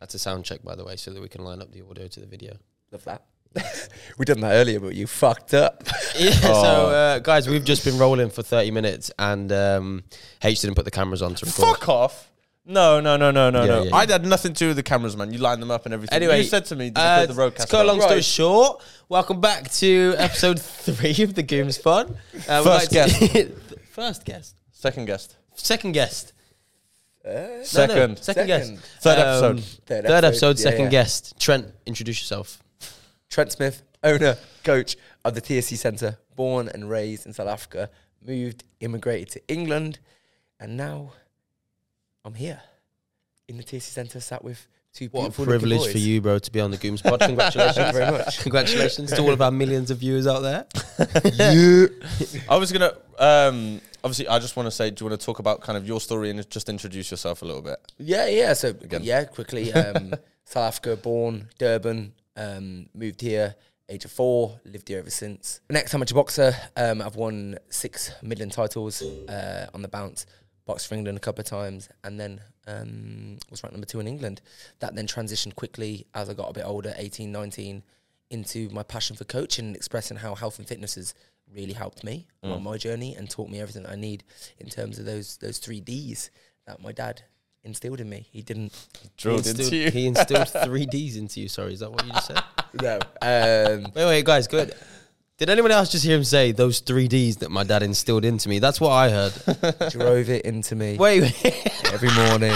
That's a sound check, by the way, so that we can line up the audio to the video. Love that. we done that earlier, but you fucked up. Yeah, so uh, guys, we've just been rolling for 30 minutes, and um, H didn't put the cameras on to record. Fuck off. No, no, no, no, no, Yeah, no. yeah, yeah. I had nothing to do with the cameras, man. You lined them up and everything. Anyway, you said to me, uh, uh, the to roadcast. cut a long Right. story short, welcome back to episode three of the Gooms Pod. Uh, we'd First like to- first guest, Second guest. second guest, No, no, second, Second. Second. guest, Um, Third episode. third, episode, Third episode, yeah, second yeah. guest. Trent, introduce yourself. Trent Smith, owner, coach of the TSC Centre, born and raised in South Africa, moved, immigrated to England, and now I'm here in the TSC Centre, sat with What two a beautiful looking privilege boys. for you, bro, to be on the Gooms Pod. Thank you Congratulations. very much. Congratulations to all of our millions of viewers out there. I was gonna. Um, obviously, I just want to say, do you want to talk about kind of your story and just introduce yourself a little bit? Yeah, yeah. So yeah, quickly. Um, South Africa, born Durban, um, moved here age of four, lived here ever since. Next amateur boxer. Um, I've won six Midland titles uh, on the bounce. Boxed for England a couple of times, and then um, was ranked number two in England. That then transitioned quickly as I got a bit older, 18, 19, into my passion for coaching and expressing how health and fitness has really helped me Mm. on my journey and taught me everything I need in terms of those those three Ds that my dad instilled in me. He didn't. Drilled he into instilled, you. he instilled three Ds into you. Sorry, is that what you just said? No. Um, Wait, wait, guys, good. Did anyone else just hear him say those three Ds that my dad instilled into me? That's what I heard. drove it into me Wait, wait. every morning,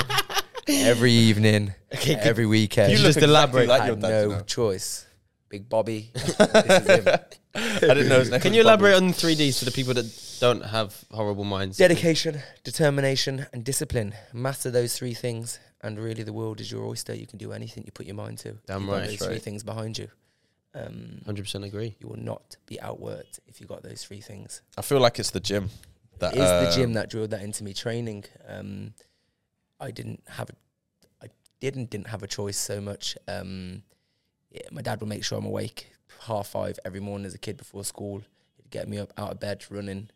every evening, every weekend. you look just exactly elaborate. like I your had dad. you no know. choice. Big Bobby. this is him. I didn't know. His name Can was you Bobby. elaborate on three Ds for the people that don't have horrible minds? Dedication, determination, and discipline. Master those three things, and really, the world is your oyster. You can do anything you put your mind to. Damn You've got right. Those three things behind you. Um, 100% agree. you will not be outworked if you got those three things. I feel like it's the gym. That It is the um, gym that drilled that into me. Training, um, I didn't have, a, I didn't didn't have a choice so much. Um, yeah, my dad would make sure I'm awake half five every morning as a kid before school. He'd get me up out of bed running.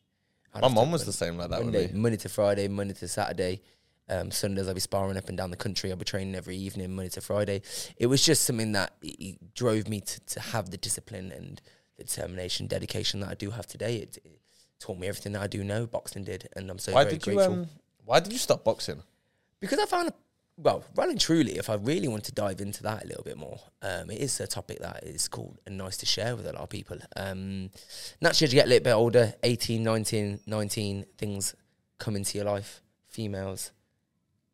I'd My have to mom was run the same like that. with Monday, me. Monday to Friday, Monday to Saturday. Um, Sundays I'll be sparring up and down the country. I'll be training every evening, Monday to Friday. It was just something that it, it drove me to, to have the discipline and the determination, dedication that I do have today. It, it taught me everything that I do know. Boxing did, and I'm so Why very did you? grateful Um, why did you stop boxing? because I found, well, running truly, if I really want to dive into that a little bit more, um, it is a topic that is cool and nice to share with a lot of people. Um, naturally, as you get a little bit older, 18, 19, 19, things come into your life, females,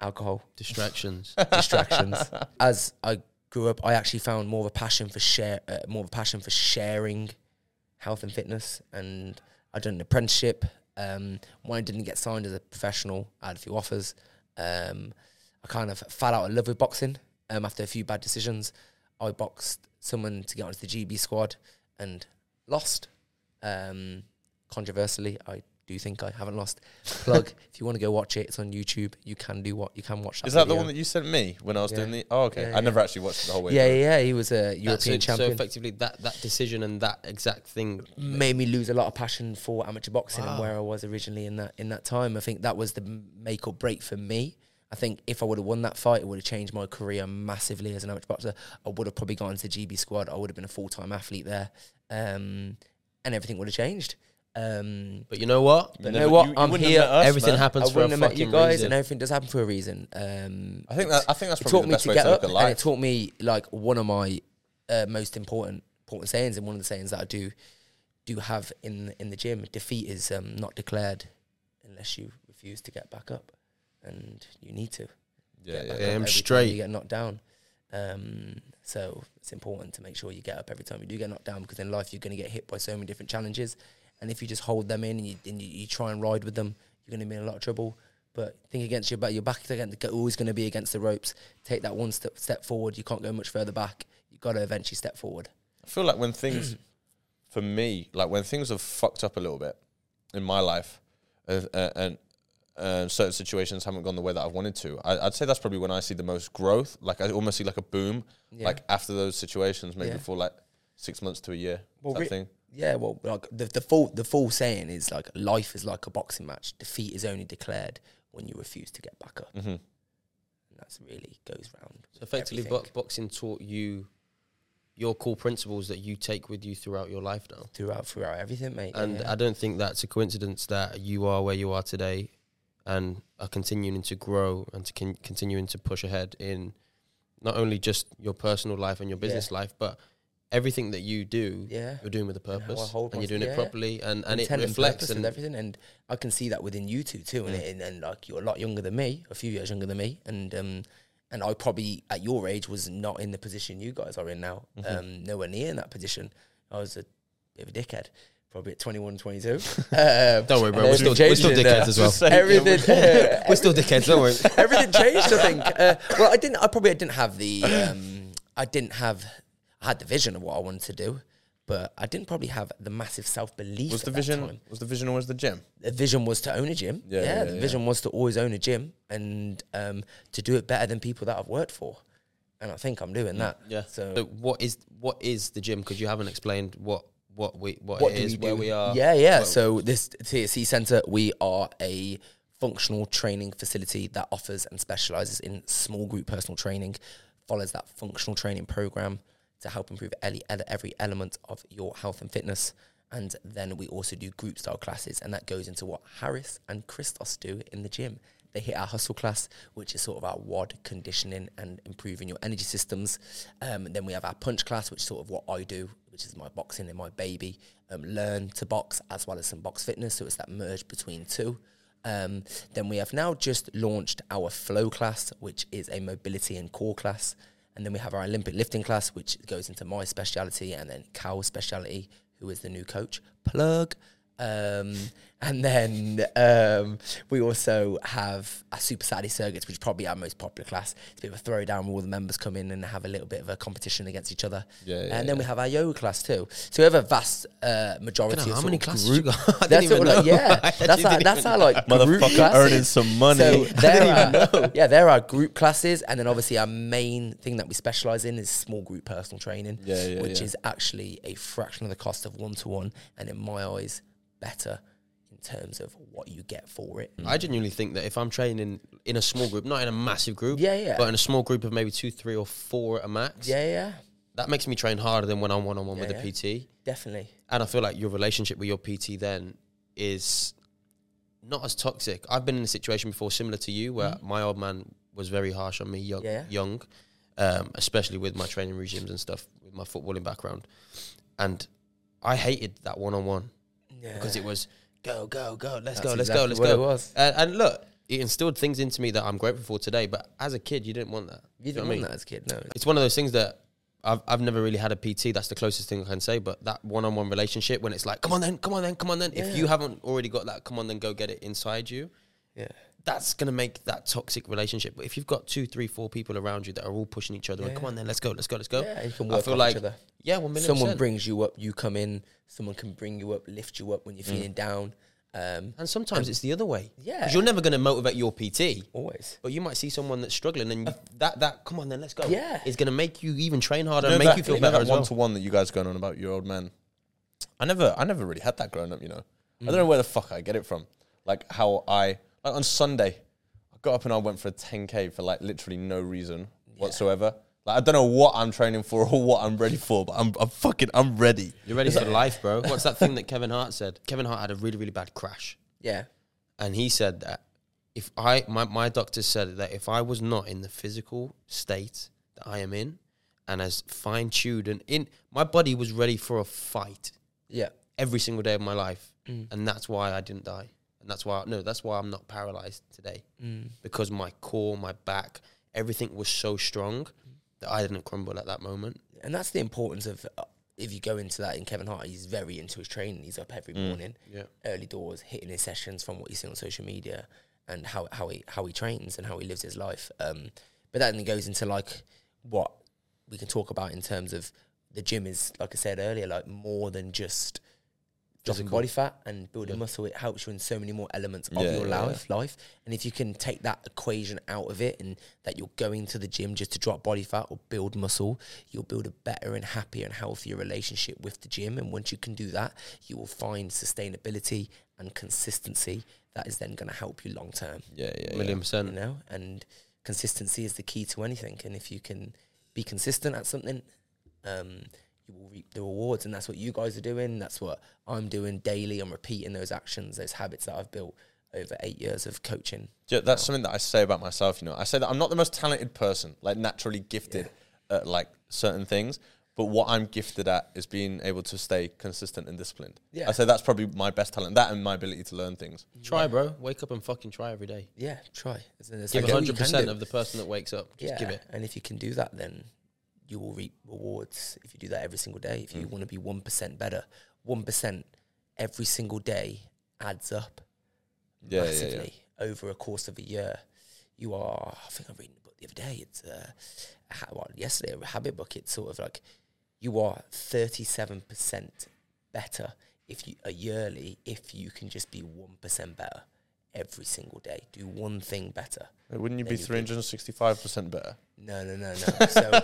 alcohol, Distractions. distractions. As I grew up, I actually found more of a passion for share, uh, more of a passion for sharing health and fitness. And I done an apprenticeship. Um, when I didn't get signed as a professional, I had a few offers. Um, I kind of fell out of love with boxing um, after a few bad decisions. I boxed someone to get onto the GB squad and lost. Um, controversially, I do think I haven't lost. Plug if you want to go watch it, it's on YouTube. You can do what you can watch. That Is that the video. one that you sent me when I was Yeah. doing the? Oh, okay. Yeah, I never actually watched the whole way. Yeah, through. yeah, he was a European That's it. champion. So effectively, that, that decision and that exact thing. made me lose a lot of passion for amateur boxing and Wow. where I was originally in that in that time. I think that was the m- make or break for me. I think if I would have won that fight, it would have changed my career massively as an amateur boxer. I would have probably gone to the GB squad. I would have been a full time athlete there, um, and everything would have changed. Um, But you know what? but never- you know what? you- you I'm wouldn't have here. met us, Everything man. I happens for a wouldn't have met fucking you guys, reason. and everything does happen for a reason. Um, I think that. I think that's it probably taught the me best to way to get look up, at and it life. taught me like one of my uh, most important important sayings, and one of the sayings that I do do have in in the gym. Defeat is um, not declared unless you refuse to get back up, and you need to. get Yeah, yeah. back yeah. up Damn every time straight. You get knocked down, um, so it's important to make sure you get up every time you do get knocked down because in life you're going to get hit by so many different challenges, and if you just hold them in and you, and you, you try and ride with them, you're going to be in a lot of trouble. But think against your back. Your back is against- always going to be against the ropes. Take that one step step forward. You can't go much further back. You've got to eventually step forward. I feel like when things, for me, like when things have fucked up a little bit in my life, uh, uh, and uh, certain situations haven't gone the way that I've wanted to, I, I'd say that's probably when I see the most growth. Like I almost see like a boom, Yeah. like after those situations, maybe Yeah. for like six months to a year. Well, type re- thing. Yeah, well, like the, the full the full saying is like life is like a boxing match. Defeat is only declared when you refuse to get back up. Mhm. And that's really goes round. So effectively, everything. bo- boxing taught you your core principles that you take with you throughout your life now. throughout throughout everything, mate. And yeah. I don't think that's a coincidence that you are where you are today and are continuing to grow and to con- continuing to push ahead in not only just your personal life and your business life, but everything that you do, Yeah. you're doing with a And how I purpose and, hold you're myself- doing yeah, it yeah. properly and, and it intent reflects purpose and, Mm. everything. And I can see that within you two too. And, and and like you're a lot younger than me, a few years younger than me, and um, and I probably at your age was not in the position you guys are in now. Mm-hmm. Um, nowhere near in that position. I was a bit of a dickhead. Probably at 21, 22. um, Don't worry, bro, and we're still- we're still everything changed dickheads as well. in there. Everything, uh, we're still dickheads, don't worry. everything changed. I think. Uh, well, I didn't. I probably didn't have the. Um, I didn't have. I had the vision of what I wanted to do, but I didn't probably have the massive self belief. Was the Time. vision? Was the vision always the gym? The vision was to own a gym. Yeah, Yeah, yeah, the yeah. vision was to always own a gym and um, to do it better than people that I've worked for, and I think I'm doing that. Yeah. So. But what is what is the gym? Because you haven't explained what what we what, What it do is, we do? where we are. Yeah, yeah. So this TSC Centre, we are a functional training facility that offers and specialises in small group personal training, follows that functional training program to help improve ele- ele- every element of your health and fitness. And then we also do group style classes, and that goes into what Harris and Christos do in the gym. They hit our hustle class, which is sort of our WAD conditioning and improving your energy systems. Um, then we have our punch class, which is sort of what I do, which is my boxing and my baby. Um, learn to box as well as some box fitness. So it's that merge between two. Um, then we have now just launched our flow class, which is a mobility and core class. And then we have our Olympic lifting class, which goes into my speciality and then Cal's speciality, who is the new coach. Plug. Um, and then um, we also have our Super Saturday circuits, which is probably our most popular class. It's a bit of a throwdown where all the members come in and have a little bit of a competition against each other. Yeah, yeah, and then we have our yoga class too. So we have a vast uh, majority. Look at of how sort many of classes group- you got. I didn't that's even what, like, know. yeah, I actually that's our, didn't that's our like group Motherfucker, classes. earning some money. So there are, yeah, there are group classes, and then obviously our main thing that we specialize in is small group personal training, Yeah, yeah, which yeah. is actually a fraction of the cost of one to one, and in my eyes, better in terms of what you get for it. I genuinely think that if I'm training in a small group, not in a massive group, Yeah, yeah. but in a small group of maybe two, three, or four at a max, Yeah, yeah, that makes me train harder than when I'm one on one with yeah. a PT. definitely. And I feel like your relationship with your PT then is not as toxic. I've been in a situation before similar to you where my old man was very harsh on me young, Mm. Yeah. young um, especially with my training regimes and stuff, with my footballing background. And I hated that one on one Yeah. because it was go, go, go, let's That's go, let's exactly go, let's what go. it was. And, and look, it instilled things into me that I'm grateful for today. But as a kid, you didn't want that. Do know you didn't what I want mean? that as a kid, no. It's one of those things that I've, I've never really had a PT. That's the closest thing I can say. But that one on one relationship, when it's like, come on then, come on then, come on then. If you haven't already got that, come on then, go get it inside you. Yeah, That's gonna make that toxic relationship. But if you've got two, three, four people around you that are all pushing each other, and come on then, let's go, let's go, let's go. Yeah, you can I work feel off like each other. yeah, one million. someone percent. brings you up, you come in. Someone can bring you up, lift you up when Mm. you're feeling down. Um, and sometimes it's the other way. Yeah. 'Cause you're never gonna motivate your PT. always. But you might see someone that's struggling, and you, that that come on, then let's go. Yeah. it's gonna make you even train harder You know and make that- you feel know better that as one well. to one that you guys going on about your old man. I never, I never really had that growing up. You know, I don't know where the fuck I get it from. Like how I, like on Sunday, I got up and I went for a 10k for like literally no reason whatsoever. Like I don't know what I'm training for or what I'm ready for, but I'm, I'm fucking, I'm ready. You're ready for life, bro. What's that thing that Kevin Hart said? Kevin Hart had a really really bad crash, Yeah, and he said that if I my my doctor said that if I was not in the physical state that I am in, and as fine tuned and in my body was ready for a fight yeah. every single day of my life, and that's why I didn't die, and that's why no, that's why I'm not paralyzed today because my core, my back, everything was so strong that I didn't crumble at that moment. and that's the importance of uh, if you go into that in Kevin Hart, he's very into his training. He's up every morning, yeah. early doors, hitting his sessions from what you see on social media and how how he how he trains and how he lives his life. Um, but that then goes into like what we can talk about in terms of the gym is like I said earlier, like more than just dropping body fat and building muscle. It helps you in so many more elements of Yeah, your yeah, life. Life, and if you can take that equation out of it, and that you're going to the gym just to drop body fat or build muscle, you'll build a better and happier and healthier relationship with the gym. And once you can do that, you will find sustainability and consistency that is then going to help you long term. Yeah, yeah, yeah. Million percent. You know, and consistency is the key to anything. And if you can be consistent at something, um, you will reap the rewards. And that's what you guys are doing. That's what I'm doing daily. I'm repeating those actions, those habits that I've built over eight years of coaching. Yeah, that's something that I say about myself. You know, I say that I'm not the most talented person, like naturally gifted at like certain things. But what I'm gifted at is being able to stay consistent and disciplined. Yeah. Mm. I say that's probably my best talent. That and my ability to learn things. Try, bro. Wake up and fucking try every day. Yeah, try. There's- there's Give like what you hundred can percent do. of the person that wakes up. Just give it. And if you can do that, then you will reap rewards if you do that every single day. If you Mm. want to be 1% better, 1% every single day adds up Yeah, yeah, massively yeah. over a course of a year. You are, I think I read a book the other day, it's uh, a ha- well, yesterday, a habit book. It's sort of like you are 37% better if you a yearly if you can just be 1% better every single day. Do one thing better. Wouldn't you Then be you 365% better? No, no, no, no. So,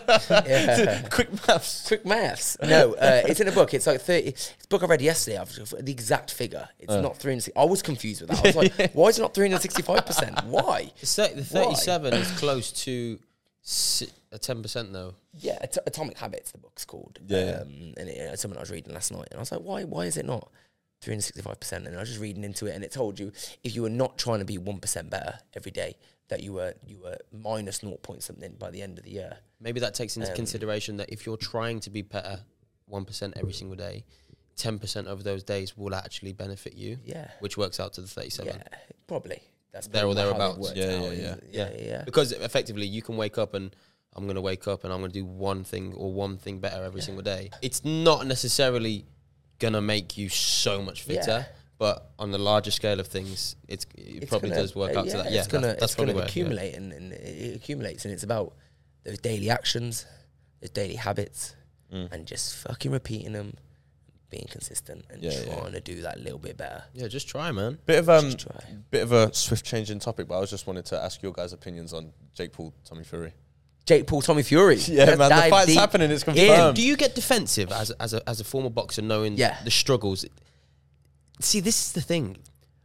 yeah. Quick maths. Quick maths. No, uh, it's in a book. It's like 30. It's a book I read yesterday. I've the exact figure. It's Uh. not 360. I was confused with that. I was like, why is it not 365%? Why? The se- the Why? thirty-seven is close to si- a ten percent though. Yeah, At- Atomic Habits, the book's called. Yeah, yeah. Um, and it, it's something I was reading last night. And I was like, why Why is it not 365%? And I was just reading into it. And it told you if you were not trying to be 1% better every day, that you were you were minus 0 point something by the end of the year. Maybe that takes Um, into consideration that if you're trying to be better one percent every single day, ten percent of those days will actually benefit you. Yeah. Which works out to the thirty-seven. Yeah, probably. That's There or probably how it thereabouts. worked Yeah, out, yeah, isn't yeah. it? yeah, yeah, yeah. Because effectively, you can wake up and I'm going to wake up and I'm going to do one thing or one thing better every single day. It's not necessarily going to make you so much fitter, Yeah. but on the larger scale of things, it's, it probably gonna- does work uh, out to that. Yeah, it's gonna, that's, that's it's gonna probably where, yeah. accumulate and, and it accumulates, and it's about those daily actions, those daily habits, Mm. and just fucking repeating them, being consistent, and Yeah, yeah. trying to do that little bit better. Yeah, just try, man. Bit of um, Just try. bit of a swift change in topic, but I was just wanted to ask your guys' opinions on Jake Paul, Tommy Fury. Jake Paul, Tommy Fury. Yeah, Let's man, the dive fight's deep. happening. It's in. confirmed. Um, Do you get defensive as as a, as a former boxer, knowing Yeah. the struggles? See, this is the thing.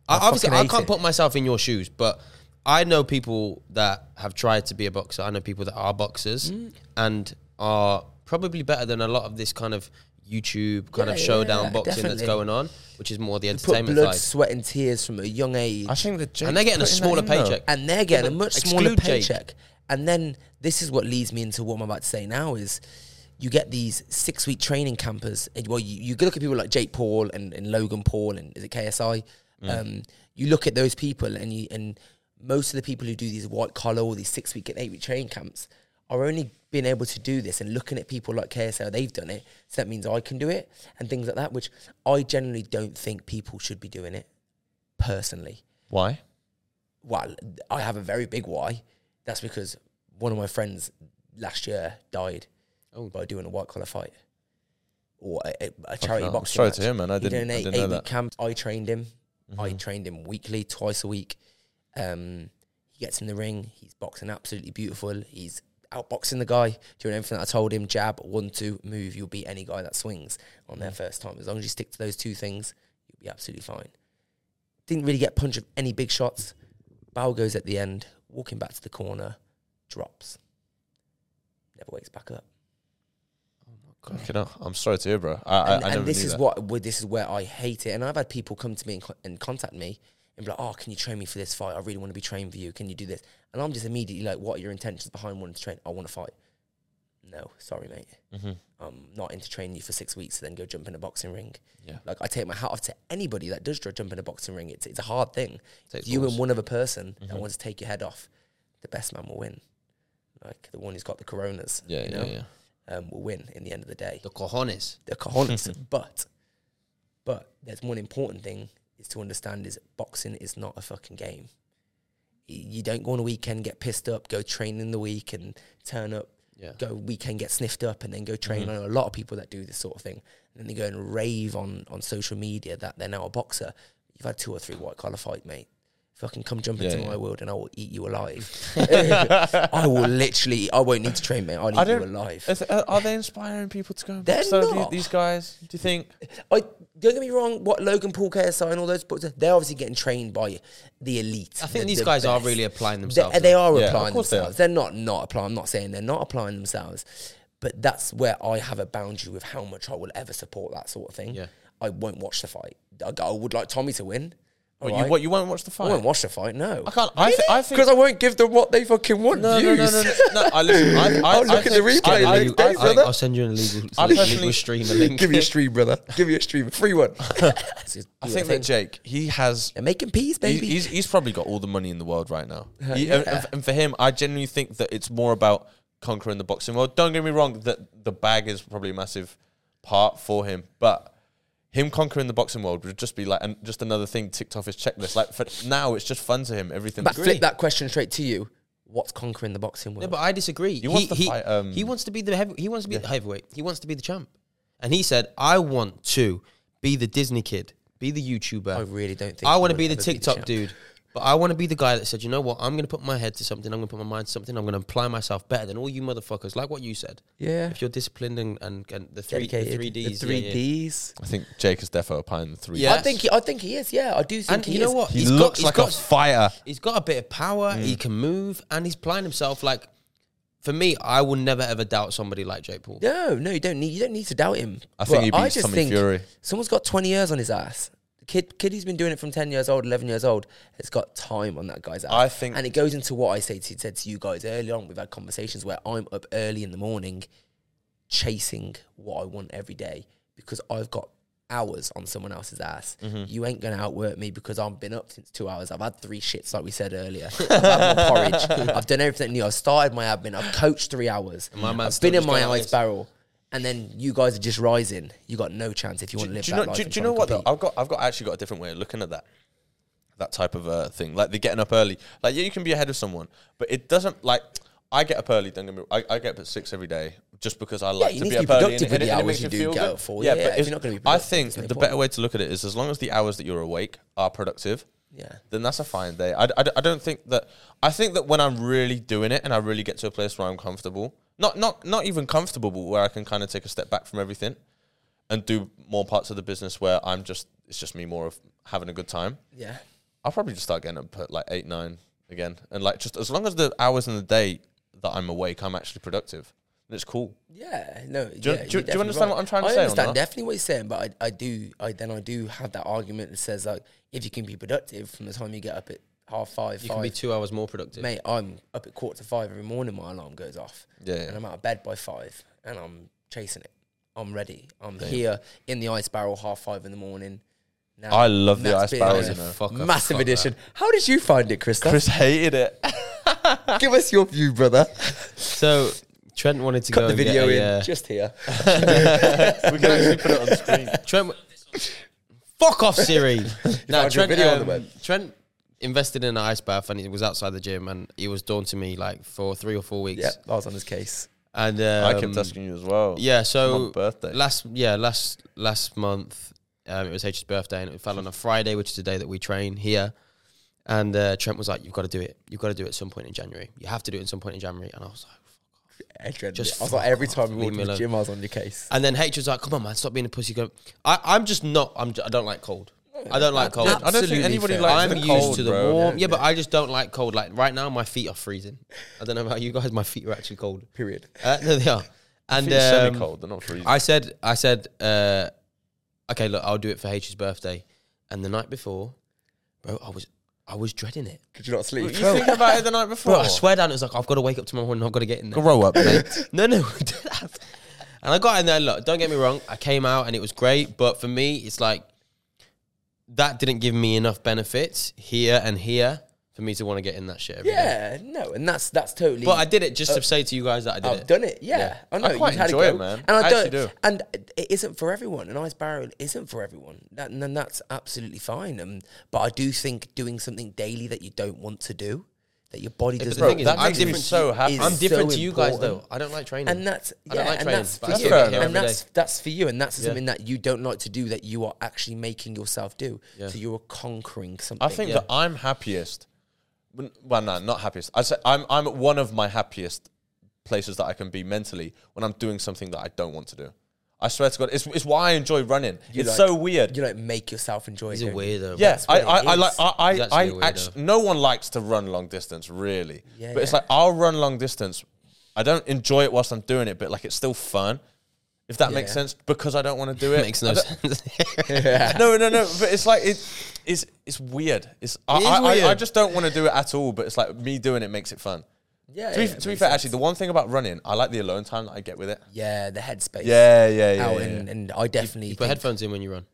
I I, obviously, fucking I hate can't it. put myself in your shoes, but I know people that have tried to be a boxer. I know people that are boxers Mm. and are probably better than a lot of this kind of YouTube kind Yeah, of yeah, showdown yeah, boxing definitely. that's going on, which is more the Put entertainment blood, side. sweat, and tears from a young age, think that Jake And they're getting a smaller paycheck. and they're getting but a much smaller exclude Jake. paycheck. And then this is what leads me into what I'm about to say now is you get these six week training campers. And, well, you, you look at people like Jake Paul and, and Logan Paul and is it KSI? Mm. Um, you look at those people and you and most of the people who do these white collar or these six week and eight week training camps are only being able to do this and looking at people like KSI, they've done it. So that means I can do it and things like that, which I generally don't think people should be doing it personally Why? well, I have a very big why. That's because one of my friends last year died Oh. by doing a white collar fight or a, a, a charity hell. boxing Sorry match. to hear, man. He I didn't- I donated didn't know eight that. week camp. I trained him. Mm-hmm. I trained him weekly, twice a week. Um, he gets in the ring. He's boxing absolutely beautiful. He's outboxing the guy, doing everything that I told him. Jab, one, two, move. You'll beat any guy that swings on their first time. As long as you stick to those two things, you'll be absolutely fine. Didn't really get punch of any big shots. Bow goes at the end, walking back to the corner, drops. Never wakes back up. Fucking hell. I'm sorry to hear, bro. I, I, and, I and never this knew is that. what where- this is where I hate it. And I've had people come to me and, co- and contact me and be like, "Oh, can you train me for this fight? I really want to be trained for you. Can you do this?" And I'm just immediately like, "What are your intentions behind wanting to train? I want to fight." No, sorry, mate. Mm-hmm. I'm not into training you for six weeks to then go jump in a boxing ring. Yeah. Like I take my hat off to anybody that does dr- jump in a boxing ring. It's it's a hard thing. Takes you balls. and one other person Mm-hmm. that wants to take your head off, the best man will win. Like the one who's got the coronas, Yeah, you yeah, know, yeah. Um, will win in the end of the day The cojones. the cojones. but but there's one important thing is to understand is boxing is not a fucking game. Y- You don't go on a weekend, get pissed up, go train in the week and turn up, Yeah. go weekend, get sniffed up and then go train. I know a lot of people that do this sort of thing. And then they go and rave on, on social media that they're now a boxer. You've had two or three white collar fight, mate. Fucking come jump into yeah. my world and I will eat you alive. I will literally, I won't need to train, mate. I'll eat you alive. Is- are- are they inspiring people to go and They're box though, the- not. these guys? Do you think? I don't get me wrong, what Logan Paul, KSI, and all those boys, they're obviously getting trained by the elite. I think the- these the guys are best. really applying They, themselves. they are Yeah, of applying course they are. themselves. They are not not applying. I'm not saying they're not applying themselves, but that's where I have a boundary with how much I will ever support that sort of thing. Yeah. I won't watch the fight. I, I would like Tommy to win. What, alright? you, what, you won't watch the fight? I won't watch the fight. No, I can't. I, th- I think because I won't give them what they fucking want. No, no, no, no, no, no. I listen. I, I, I'll I look at the think- replay I, I, later, I, I, brother. think- will send you an illegal, I illegal personally- stream a link. Give me a stream, brother. Give me a stream. Free one. I think that Jake, he has. they're making peas, he- baby. He's, he's probably got all the money in the world right now. He, and- and, and for him, I genuinely think that it's more about conquering the boxing world. Don't get me wrong, that the bag is probably a massive part for him, but him conquering the boxing world would just be like an, just another thing ticked off his checklist. Like for now, it's just fun to him. Everything. but flip that question straight to you. What's conquering the boxing world? No, but I disagree. He, wants to he, fight, um, he wants to be the heavy, he wants to be the heavyweight. He wants to be the champ, and he said, "I want to be the Disney kid, be the YouTuber. I really don't think I he want to would be the ever be the TikTok champ. dude, but I want to be the guy that said, you know what? I'm going to put my head to something. I'm going to put my mind to something. I'm going to apply myself better than all you motherfuckers. Like what you said. Yeah. If you're disciplined and, and, and the three the Dedicated. three Ds, The three yeah, yeah. Ds. I think Jake is defo behind the three. Yeah. I think he, I think he is. Yeah, I do think And he you know is. what? He He's got- looks he's like a got- fighter. He's got a bit of power. He Mm. can move, and he's applying himself. Like for me, I will never ever doubt somebody like Jake Paul. No, no, you don't need you don't need to doubt him. I think he But beats Tommy Fury. Someone's got twenty years on his ass. The Kid, kid, who's been doing it from ten years old, eleven years old, has got time on that guy's ass. I think- and it goes into what I say to, said to you guys early on. We've had conversations where I'm up early in the morning, chasing what I want every day because I've got hours on someone else's ass. Mm-hmm. You ain't gonna outwork me because I've been up since two hours. I've had three shits like we said earlier. I've had my porridge. I've done everything new. I've started my admin. I've coached three hours. my man's I've still been in just my going like eyes this. barrel, and then you guys are just rising. You got no chance if you want to live do that you know, life. do, and do you try know and what though? compete. I've got I've got actually got a different way of looking at that that type of uh, thing. Like they're getting up early. Like yeah, you can be ahead of someone, but it doesn't like. I get up early. Don't get me. wrong. I, I get up at six every day just because I like you to need be to up be early. productive with the hours you do feel get good. up for. Yeah, if it's- you're not gonna be I productive, think there's no the better way to look at it is as long as the hours that you're awake are productive. Yeah. Then that's a fine day. I, I, I don't think that. I think that when I'm really doing it and I really get to a place where I'm comfortable, not not not even comfortable, but where I can kind of take a step back from everything, and do more parts of the business where I'm just it's just me more of having a good time. yeah, I'll probably just start getting up at like eight nine again, and like just as long as the hours in the day that I'm awake, I'm actually productive. And it's cool. yeah, no. Do, you- do you- do you understand what I'm trying to say or I understand not? definitely what you're saying, but I, I do. I then I do have that argument that says like, if you can be productive from the time you get up at half five, You five, can be two hours more productive. mate, I'm up at quarter to five every morning. My alarm goes off. Yeah, yeah. and I'm out of bed by five, and I'm chasing it. I'm ready. I'm here in the ice barrel half five in the morning. Now, I love the that's ice been barrel, a you know. Fuck, I fuck massive that. edition. How did you find it, Chris? Chris hated it. Give us your view, brother. So Trent wanted to Cut go the and get video a, in uh, just here. we can actually put it on screen. uh, Trent, fuck off, Siri. now, found your Trent, video on the um, web. Trent invested in an ice bath and he was outside the gym and he was daunting me like for three or four weeks. yeah, I was on his case. And um, I kept asking you as well. Yeah, My so birthday. last yeah last last month um, it was H's birthday and it fell on a Friday, which is the day that we train here. And uh, Trent was like, "You've got to do it. You've got to do it at some point in January. You have to do it at some point in January." And I was like. Adrian, Just I was like, every time we leave walked me to the alone. gym, I was on your case. And then H was like, "Come on, man, stop being a pussy." Go. I, I'm just not. I'm. j- I don't like cold. I don't like cold. I don't think Absolutely anybody fair. likes I'm the used cold, to the bro. warm. Yeah, but I just don't like cold. Like right now, my feet are freezing. I don't know about you guys. My feet are actually cold. Period. Uh, no, they are. And It's um, semi-cold. They're not freezing. I said, I said, uh, okay, look, I'll do it for H's birthday. And the night before, bro, I was, I was dreading it. Did you not you sleep? think about it the night before? Bro, I swear down, it was like I've got to wake up tomorrow morning. I've got to get in there. Grow up, mate. No, no. and I got in there. Look, don't get me wrong. I came out and it was great, but for me, it's like that didn't give me enough benefits here and here for me to want to get in that shit. every day. yeah, no, and that's that's totally. But I did it Uh, just to say to you guys that I did oh, I've it. done it. Yeah, I know. I quite you've had a enjoy it, go. man. And I, I don't. actually do. And it isn't for everyone. An ice barrel isn't for everyone. That, and then that's absolutely fine. Um, but I do think doing something daily that you don't want to do, that your body But doesn't. the thing is, that I'm makes me different. so to you- happy. I'm It's different so to you guys important. though. I don't like training. and that's yeah, I don't like and training, that's but for I you. still get here and every that's day. that's for you, and that's something that you don't like to do that you are actually making yourself do. So you are conquering something. I think that I'm happiest. when- Well, no, not happiest. I say I'm I'm at one of my happiest places that I can be mentally when I'm doing something that I don't want to do. I swear to God, it's, it's why I enjoy running. You it's like- so weird. You like make yourself enjoy He's it. a don't you? weirdo. Yeah, what I, it I, I is. like I I, He's I actually a weirdo. actually, no one likes to run long distance really, Yeah, but it's yeah. like I'll run long distance. I don't enjoy it whilst I'm doing it, but like it's still fun. If that makes Yeah. sense, because I don't want to do it. makes I no don't- sense. No, no, no. But it's like it, it's it's weird. It's I, It is I, I, I weird. just don't want to do it at all. But it's like me doing it makes it fun. Yeah. yeah, To be, to be makes fair, sense. actually, the one thing about running, I like the alone time that I get with it. Yeah, the headspace. Yeah, yeah, Out and, and I definitely you put think- headphones in when you run.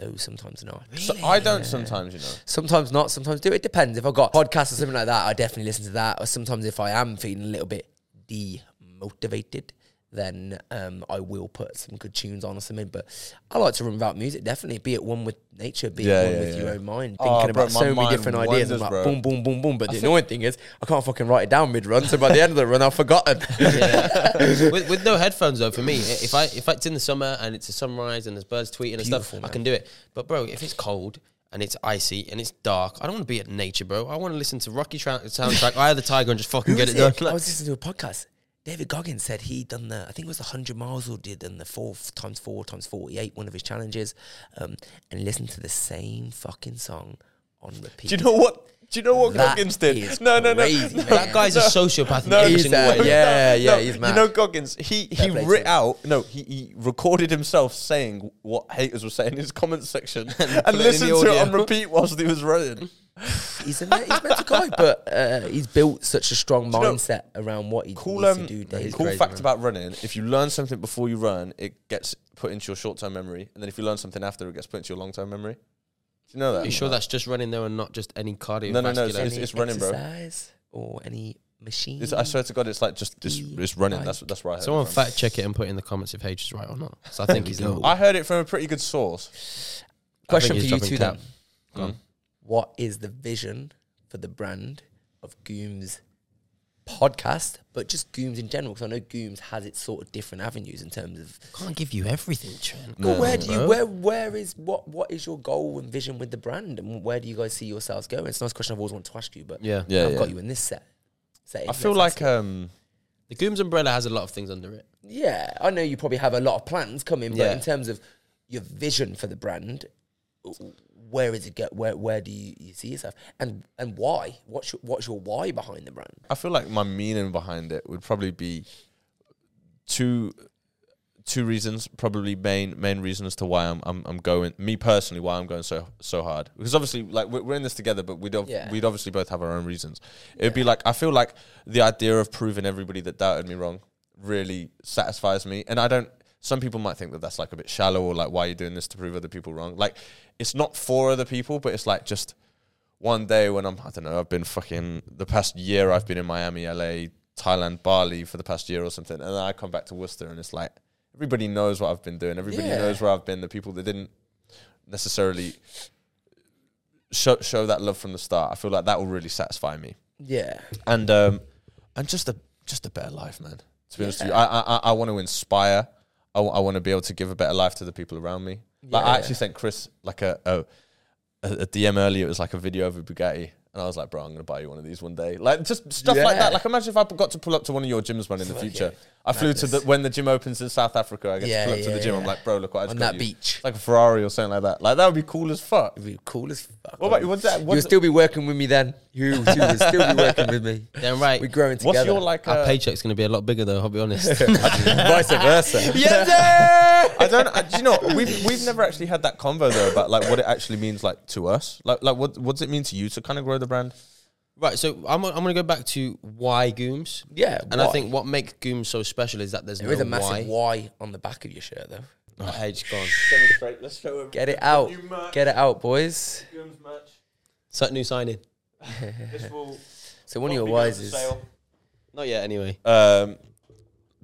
No, sometimes not. So I don't sometimes, you know. Sometimes not. Sometimes do. It depends. If I got podcasts or something like that, I definitely listen to that. Or sometimes if I am feeling a little bit demotivated, then um, I will put some good tunes on or something. But I like to run without music. Definitely be at one with nature, be Yeah, at one yeah, with your yeah. own mind, Oh, thinking bro, about my so many mind different ideas. I'm wanders, like bro. boom, boom, boom, boom. But the annoying thing is, I can't fucking write it down mid run. So by the end of the run, I've forgotten. with, with no headphones though, for me, i- if I if it's in the summer and it's a sunrise and there's birds tweeting and stuff, Beautiful, I can do it. But bro, if it's cold and it's icy and it's dark, I don't want to be at nature, bro. I want to listen to Rocky tra- soundtrack, Eye of the Tiger, and just fucking Who get was it done. I was listening to a podcast. David Goggins said he done the, I think it was the 100 miles or did and the four f- times four times 48, one of his challenges, um, and listened to the same fucking song on repeat. Do you know what? Do you know what That Goggins did? is no, no, no, crazy, no. man. that guy's a sociopath in every he's single a- way. yeah. he's You mad. know Goggins, he he play to writ him. out no, he, he recorded himself saying what haters were saying in his comment section and, put it in listened the to it on audio. repeat whilst he was running. He's a, me- he's a mental guy, but uh, he's built such a strong you know- mindset around what he Cool, needs to um, do. Daily. cool crazy, fact man. about running: if you learn something before you run, it gets put into your short-term memory, and then if you learn something after, it gets put into your long-term memory. Do you know that? Are you sure that's just running though and not just any cardio? No, no, no, vascular? it's- it's running, bro. exercise or any machine. It's- I swear to God, it's like just it's, it's running. That's that's right. Someone fact check it and put in the comments if H is right or not. So I think he's not. I heard it from a pretty good source. Question for he's you dropping two ten. then. What is the vision for the brand of Gooms podcast, but just Gooms in general? Because I know Gooms has its sort of different avenues in terms of Can't give you everything, Trent. Well, where do you where where is what what is your goal and vision with the brand, and where do you guys see yourselves going? It's a nice question I've always wanted to ask you, but Yeah. Yeah, I've yeah. got you in this set. setting. I feel Let's ask like it. um, The Gooms umbrella has a lot of things under it. yeah, I know you probably have a lot of plans coming, but Yeah. in terms of your vision for the brand, where is it go? Where where do you, you see yourself, and and why? What's your, what's your why behind the brand? I feel like my meaning behind it would probably be two two reasons, probably main main reason as to why I'm I'm, I'm going me personally why I'm going so so hard because obviously like we're, we're in this together, but we'd ob- Yeah. we'd obviously both have our own reasons. It'd be like I feel like the idea of proving everybody that doubted me wrong really satisfies me, and I don't. Some people might think that that's like a bit shallow or like why are you doing this to prove other people wrong? Like it's not for other people, but it's like just one day when I'm, I don't know, I've been fucking the past year, I've been in Miami, LA, Thailand, Bali for the past year or something. And then I come back to Worcester and it's like, everybody knows what I've been doing. Everybody Yeah. knows where I've been. The people that didn't necessarily show, show that love from the start, I feel like that will really satisfy me. Yeah, And, um, and just a, just a better life, man. To be honest with you, I, I, I want to inspire. I want to be able to give a better life to the people around me. Like I Yeah. actually sent Chris like a, a a, a DM earlier. It was like a video of a Bugatti, and I was like, "Bro, I'm gonna buy you one of these one day." Like just stuff like Yeah. that. Like imagine if I got to pull up to one of your gyms, man, in the Fuck yeah. future. I flew to the Madness. when the gym opens in South Africa. I get Yeah, to pull up to yeah, the gym. yeah. I'm like, "Bro, look what I just on got that you." beach, Like a Ferrari or something like that. Like that would be cool as fuck. It'd be cool as fuck. What about you? What's that? You'll What's, still be working with me then. You too will still be working with me. Damn right. We're growing together. what's your like? Our uh, paycheck's going to be a lot bigger though, I'll be honest. Vice versa. I don't. I, do you know what? we've we've never actually had that convo though about like what it actually means like to us. Like like what what does it mean to you to kind of grow the brand? Right, so I'm, I'm going to go back to why Gooms. Yeah, And I why? think what makes Gooms so special is that there's There no is a massive why. Oh, Y on the back of your shirt though. H gone. Demonstrate. Let's show him. Get it out. Get it out, boys. Such new signing. This will So one of your Ys is Not yet, anyway. Um,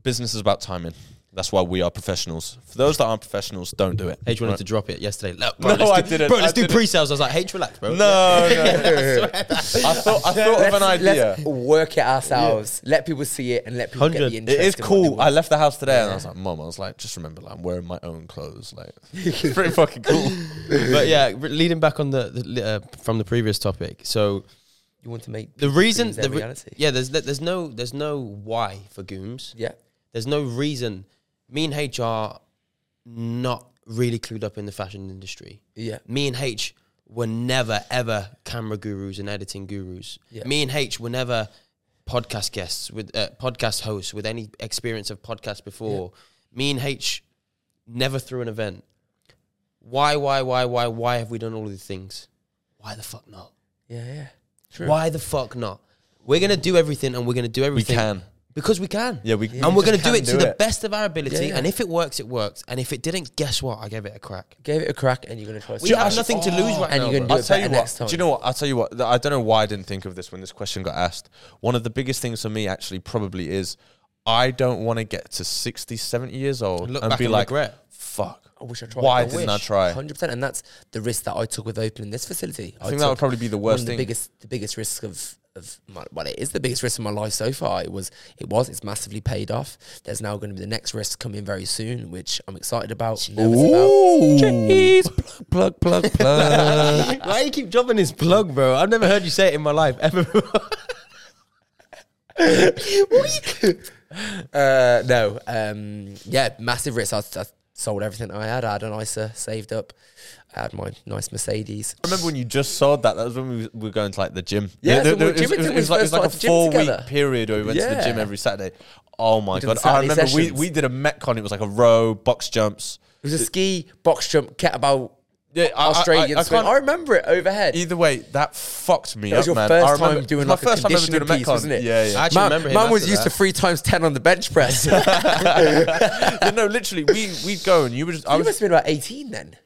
business is about timing. That's why we are professionals. For those that aren't professionals, don't do it. H wanted Right. to drop it yesterday. Look, bro, No, let's do, I didn't. Bro, I let's do didn't. pre-sales. I was like, H, relax, bro. No, no. I thought I thought of an Let's- idea. Let's work it ourselves. Let people see it and let people get 100. the It interest. is in what they cool. I want. left the house today and I was like, Mom, I was like, just remember, like, I'm wearing my own clothes. Like, it's pretty fucking cool. But yeah, re- leading back on the, the uh, from the previous topic. So you want to make the reason, Gooms their the re- reality. yeah, there's there's no there's no why for Gooms. Yeah. There's no reason. Me and HR not really clued up in the fashion industry. Yeah. Me and H were never ever camera gurus and editing gurus. Yeah. Me and H were never podcast guests with uh, podcast hosts with any experience of podcast before. Me and H never threw an event. Why, why, why, why, why have we done all of these things? Why the fuck not? Yeah, yeah. True. Why the fuck not? We're gonna do everything, and we're gonna do everything can. because we can. Yeah, we- and we we're gonna just do can it to do the it. best of our ability. Yeah, yeah. And if it works, it works. And if it didn't, guess what? I gave it a crack. Gave it a crack and you're going to try We something have else. nothing to lose right and now. you're gonna bro. do I'll it tell you better what. next time. Do you know what? I'll tell you what. th- I don't know why I didn't think of this when this question got asked. One of the biggest things for me actually probably is I don't want to get to 60, 70 years old Look and back be and like, regret. fuck. I wish I tried. Why I didn't I wish. try? 100%. And that's the risk that I took with opening this facility. I think that would took probably be the one worst of the thing. biggest the biggest risk of of my, well, it is the biggest risk of my life so far. It was it was it's massively paid off. There's now going to be the next risk coming very soon, which I'm excited about. Nervous Ooh. about. Jeez, plug plug plug plug. Why you keep dropping this plug, bro? I've never heard you say it in my life ever. uh, no, um, yeah, massive risk. I, I sold everything I had. I had an ISA saved up. I had my nice Mercedes. I remember when you just sold that. That was when we was- we were going to like the gym. Yeah, so we- there- there- it was, Jim and it was- Tim, it we was like, it was first like a started gym four together. week period where we went to the gym Yeah. every Saturday. Oh my did the god! I Saturday remember we, sessions. we did a metcon. It was like a row, box jumps. It was a ski, box jump, kettlebell, Yeah, I- I- Australian I, I, swing. can't- I remember it overhead. Either way, that fucked me That was up, your man. first I remember, time doing it was my like a first time ever doing conditioning a piece, metcon, wasn't it? Yeah, yeah. I actually Man, remember him man was after used that. to three times ten on the bench press. you must Yeah, no, literally, we we'd go and you were just. I have was. been about eighteen then.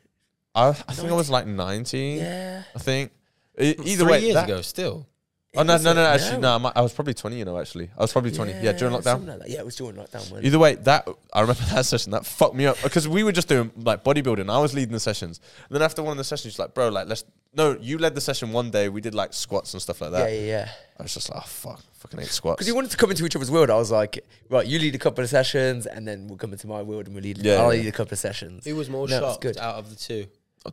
I, I think I was like Hmm. nineteen. Yeah. I think. E- Either Three way, years that- ago, still. Oh no, Was no, no, it? no! Actually, No. no. I'm- I was probably twenty. You know, actually, I was probably twenty. Yeah, during lockdown. something Like that. Yeah, it was during lockdown. wasn't it? Either way, that I remember that session that fucked me up because we were just doing like bodybuilding. I was leading the sessions, and then after one of the sessions, she's like, "Bro, like let's." No, you led the session one day. We did like squats and stuff like Yeah, that. yeah, yeah. I was just like, "Oh fuck, fucking hate squats." Because we wanted to come into each other's world. I was like, right, you lead a couple of sessions, and then we'll come into my world and we'll lead. Yeah, I'll yeah. lead a couple of sessions. Who was more No, it's shocked good. out of the two?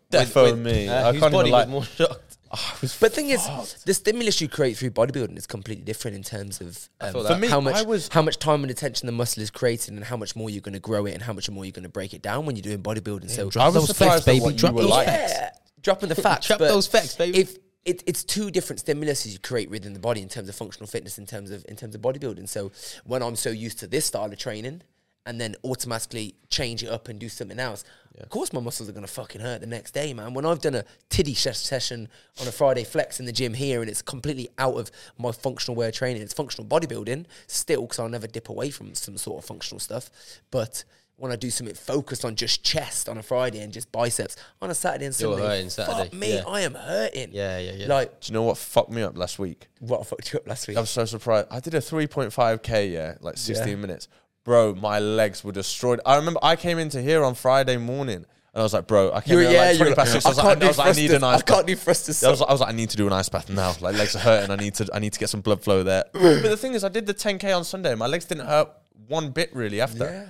Defo me. uh, I whose can't body even Ah, was like. more shocked? But the thing is, the stimulus you create through bodybuilding is completely different in terms of um, feel that. For me, how much I was- how much time and attention the muscle is creating, and how much more you're going to grow it, and how much more you're going to break it down when you're doing bodybuilding. so I was Those facts, surprised at baby. what you Drop were those like. facts. Yeah, dropping the facts. Drop but those facts, baby. If it, it's two different stimuluses you create within the body in terms of functional fitness, in terms of in terms of bodybuilding. So when I'm so used to this style of training, and then automatically change it up and do something else, of course my muscles are gonna fucking hurt the next day, man. When I've done a titty ses- session on a Friday flex in the gym here, and it's completely out of my functional way of training, it's functional bodybuilding still because I'll never dip away from some sort of functional stuff, but when I do something focused on just chest on a Friday and just biceps on a Saturday and You're Sunday. hurting Saturday, Fuck me, yeah. I am hurting. Yeah, yeah, yeah. Like Do you know what fucked me up last week? what I fucked you up last week. I'm so surprised. I did a 3.5k, yeah, like 16 minutes. Bro, my legs were destroyed. I remember I came into here on Friday morning and I was like, bro, I came You're- in at like 20 you're past like, six. I was like, I, I was like, I need an thrusters. ice I can't bath. do thrusters. I was, like, I was like, I need to do an ice bath now. Like legs are hurting. I need to, I need to get some blood flow there. But the thing is, I did the 10k on Sunday. My legs didn't hurt one bit really after. yeah.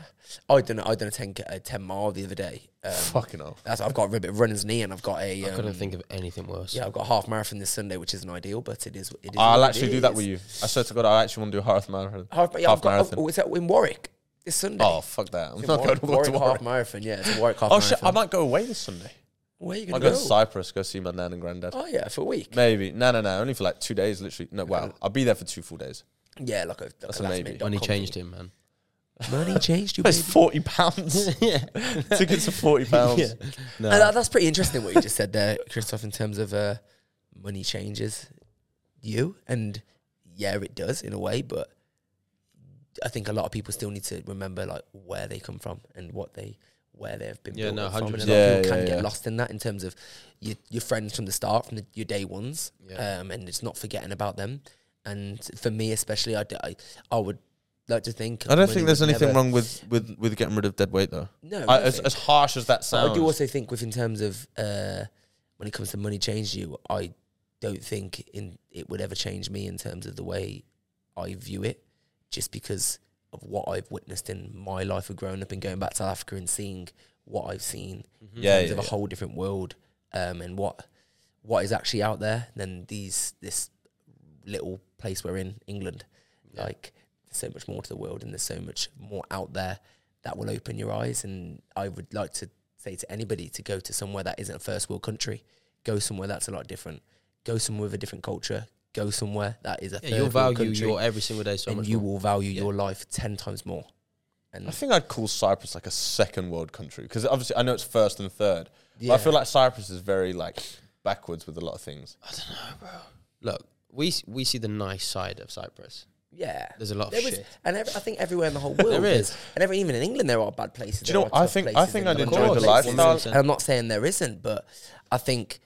I done I done a 10, a 10 mile the other day. Um, Fucking hell. that's, I've got a ribbit runner's knee and I've got a um, Couldn't think of anything worse. yeah I've got a half marathon this Sunday, which isn't ideal, but it is. It is I'll what it actually do that is. with you. I swear to God, I actually want to do half marathon. Half, yeah, I've got, oh, is that in Warwick this Sunday? Oh, fuck that. I'm It's in not going Warwick, all the way to Warwick half Warwick. marathon. Yeah, it's a Warwick half Oh, marathon. shit. I might go away this Sunday. Where are you I'll gonna go to go? Cyprus, go see my nan and granddad. Oh yeah, for a week. Maybe. No, no, no. Only for like two days, literally. No, wow. I'll be there for two full days. Yeah, like a, like a last maybe. minute When he dot com changed thing. him, man. Money changed you. It's baby. forty pounds. yeah. Tickets are forty pounds. No. And that- that's pretty interesting what you just said there, Christoph, in terms of uh, money changes you. And yeah, it does in a way, but I think a lot of people still need to remember like where they come from and what they where they have been. Yeah, brought no, up from. And 100%. a lot of Yeah, people can yeah, get yeah. lost in that in terms of your, your friends from the start, from the, your day ones, um, and it's not forgetting about them. And for me, especially, I, d- I, I would like to think. I don't money think there's would anything never- wrong with, with, with getting rid of dead weight though. No, I, I as, think- as harsh as that but sounds. I do also think, with in terms of uh, when it comes to money changing you, I don't think in it would ever change me in terms of the way I view it, just because of what I've witnessed in my life of growing up and going back to South Africa and seeing what I've seen Mm-hmm. in Yeah, terms yeah, of a yeah. whole different world um, and what what is actually out there than these this little place we're in, England. Like, there's so much more to the world, and there's so much more out there that will open your eyes. And I would like to say to anybody to go to somewhere that isn't a first world country, go somewhere that's a lot different, go somewhere with a different culture, go somewhere that is a Yeah, third you'll world value country, your every single day so and much. you more. will value Yeah. your life ten times more. I And think I'd call Cyprus like a second world country because obviously I know it's first and third. yeah, But I feel like Cyprus is very like backwards with a lot of things. Look, we s- we see the nice side of Cyprus. yeah, There's a lot of There is- shit. and every, I think everywhere in the whole world There there's- is. and every, even in England there are bad places. Do you know there what? are I tough think I places think and I'd there are enjoy nice enjoy the the places. lifestyle. Of And I'm not saying there isn't, but I think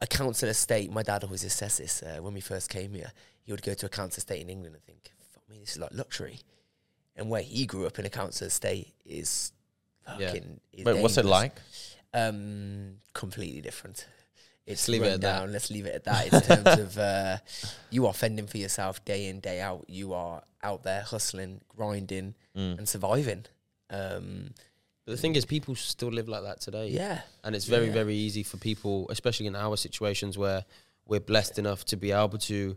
a council estate. My dad always says this uh, when we first came here. He would go to a council estate in England and think, "Fuck me, this is like luxury." And where he grew up in a council estate is fucking. Yeah. is Wait, what's it dangerous. like? Um, completely different. It's Let's leave it run at that. down. Let's leave it at that. In terms of uh, you are fending for yourself day in day out. You are out there hustling, grinding, and surviving. Um, But the thing is, people still live like that today. yeah, And it's very, Yeah. very easy for people, especially in our situations where we're blessed enough to be able to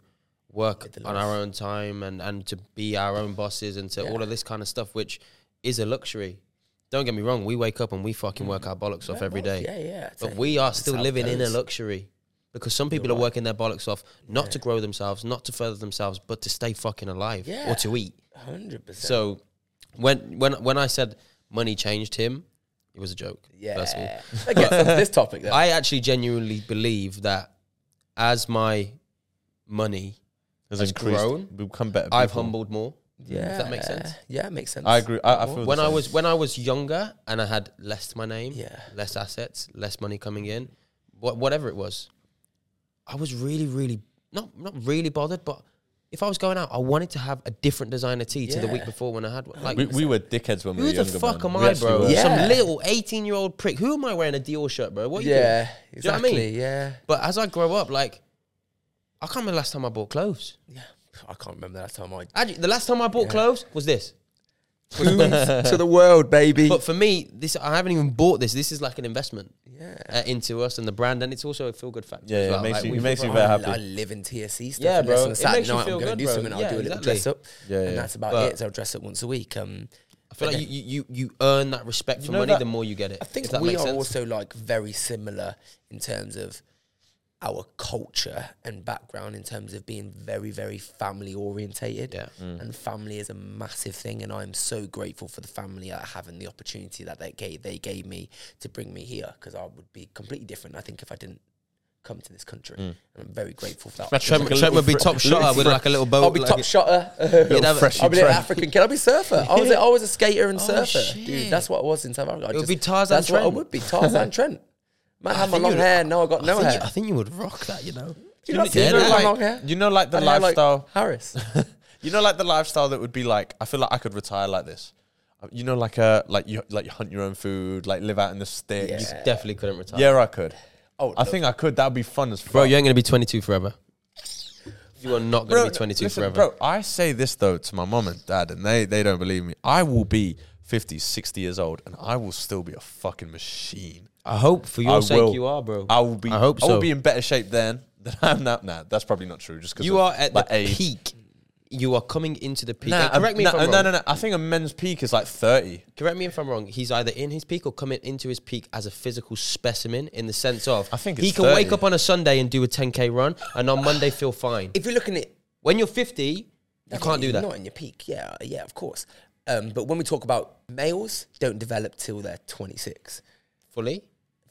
work With the on our own time and, and to be our own bosses and to all Yeah. of this kind of stuff, which is a luxury. Don't get me wrong, we wake up and we fucking work our bollocks off every day. Yeah, yeah. But we are still how it living in a goes. luxury because some people are working their bollocks off not to grow themselves, not to further themselves, but to stay fucking alive Yeah. or to eat. hundred percent. So when when when I said money changed him, it was a joke. yeah, First of all. that gets onto this topic though. I actually genuinely believe that as my money, Has Has increased. grown. We've become better. I've people. humbled more. yeah, that makes sense. Yeah, it makes sense. I agree. I, I feel When the I same. was when I was younger and I had less to my name, Yeah, less assets, less money coming in, wha- whatever it was, I was really, really not not really bothered, but if I was going out, I wanted to have a different designer tee to the week Yeah. before when I had one. Like, we, we were dickheads when we who were the younger. fuck man. am We I, actually bro? were. Yeah. Some little eighteen-year-old prick. Who am I wearing a Dior shirt, bro? What are you doing? yeah, Do you know what I exactly. mean? Yeah, But as I grow up, like, I can't remember the last time I bought clothes. yeah. I can't remember that time I Actually, the last time I bought Yeah. clothes was this. to the world, baby. But for me, this I haven't even bought this. This is like an investment yeah, uh, into us and the brand, and it's also a feel good factor. Yeah, as yeah, it well. makes Like, you- we it feel makes you proud. very I, happy. I live in TSC stuff. Yeah, unless bro, On a it Saturday makes you night, feel I'm going good, to do bro. something. I'll Yeah, do a little exactly. dress up. Yeah, yeah. and that's about But- it. So I'll dress up once a week. Um, I feel But like then- you, you, you you earn that respect for know money that- the more you get it. I think if that we are makes sense. also like very similar in terms of our culture and background in terms of being very, very family orientated. Yeah. And family is a massive thing. And I'm so grateful for the family that having the opportunity that they gave, they gave me to bring me here because I would be completely different, I think, if I didn't come to this country. Mm. And I'm very grateful for that. Trent, like a Trent would be little top fr- shotter little with fr- like a little boat. I'll be like top a- shotter. You'd have it. I'll be an Trent. African kid. I'll be surfer. I was a, I was a skater and Oh, surfer, shit. dude. That's what I was in South Africa. I It would just- be Tarzan That's what I Trent. would be. Tarzan Trent. Man, I have my think long you'd- hair. Now I got I no think hair. You, I think you would rock that, you know. you not Yeah, see me with that- my like- long hair? You know, like the I'd have, like, lifestyle. Harris. You know, like the lifestyle that would be like. I feel like I could retire like this. Uh, You know, like uh, like you like you hunt your own food, like live out in the sticks. Yeah. Definitely couldn't retire. Yeah, I could. Oh, I think I could. That'd be fun as fuck. Bro, you ain't gonna be 22 forever. You are not gonna Bro, be 22 listen, forever. Bro, I say this though to my mom and dad, and they, they don't believe me. I will be 50, 60 years old, and I will still be a fucking machine. I hope for your I sake will. you are, bro. I will be. I hope I will so. be in better shape then than I'm now. Nah, that's probably not true. Just because you are at like, the age. peak. You are coming into the peak. Nah, And correct me nah, if I'm no, wrong. no, no. I think a men's peak is like 30. Correct me if I'm wrong. He's either in his peak or coming into his peak as a physical specimen in the sense of I think he it's can 30. wake up on a Sunday and do a 10k run, and on Monday feel fine. if you're looking at, When you're 50, you can't do you're that. Not in your peak. Yeah, yeah, of course. Um, but when we talk about males, don't develop till they're 26 Fully,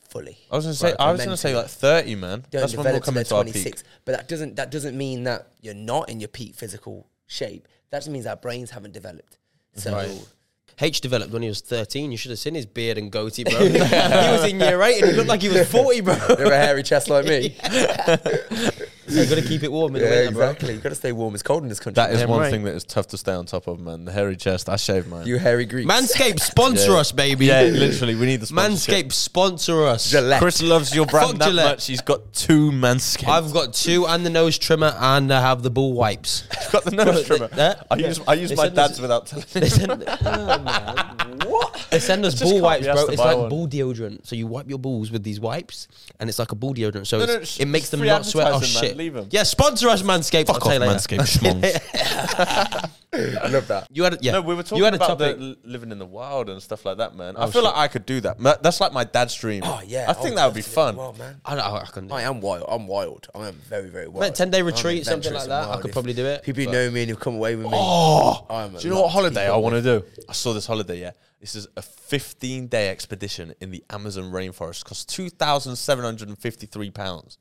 fully. I was gonna say. I was gonna say like 30, man. Don't Oh, that's when we'll develop till come they're into our peak. 26. But that doesn't that doesn't mean that you're not in your peak physical shape. That just means our brains haven't developed. So. H developed when he was 13. You should have seen his beard and goatee, bro. he was in year eight and he looked like he was 40, bro. They're a hairy chest like me. you got to keep it warm in the winter, bro. exactly. You've got to stay warm. It's cold in this country. That is Damn one right. thing that is tough to stay on top of, man. The hairy chest. I shave mine. you hairy Greeks. Manscaped sponsor Yeah. us, baby. yeah, literally. We need the sponsorship. Manscaped sponsor us. Gillette. Chris loves your Fuck brand that Gillette. much. He's got two Manscaped. I've got two and the nose trimmer and I have the ball wipes. got the nose trimmer. That- I use I use They my said this- dad's without telling. They send, oh, man. What? They send us just ball can't wipes, be asked bro. to It's buy like one. ball deodorant. So you wipe your balls with these wipes, and it's like a ball deodorant. So No, no, it's, it's it makes them free not sweat. Oh advertising, man. shit! Leave 'em. Yeah, sponsor us, Manscaped. I'll Fuck tell you off, later. Manscaped schmongs. I love that. You had a- yeah. No, we were talking you had a about topic. the l- living in the wild and stuff like that, man. I Oh, feel shit. like I could do that. Ma- That's like my dad's dream. Oh yeah, I think would that love would be to live fun. Wild man, I, I, I couldn't. Do I it. am wild. I'm wild. I am very very wild. Mate, ten day I'm retreat, something adventurous like and that. I wild. could If probably do it. people who know me and who come away with me. Oh, I'm a do you know what lot holiday people I want to do? I saw this holiday. Yeah, this is a 15 day expedition in the Amazon rainforest. Costs two thousand seven hundred and fifty three pounds.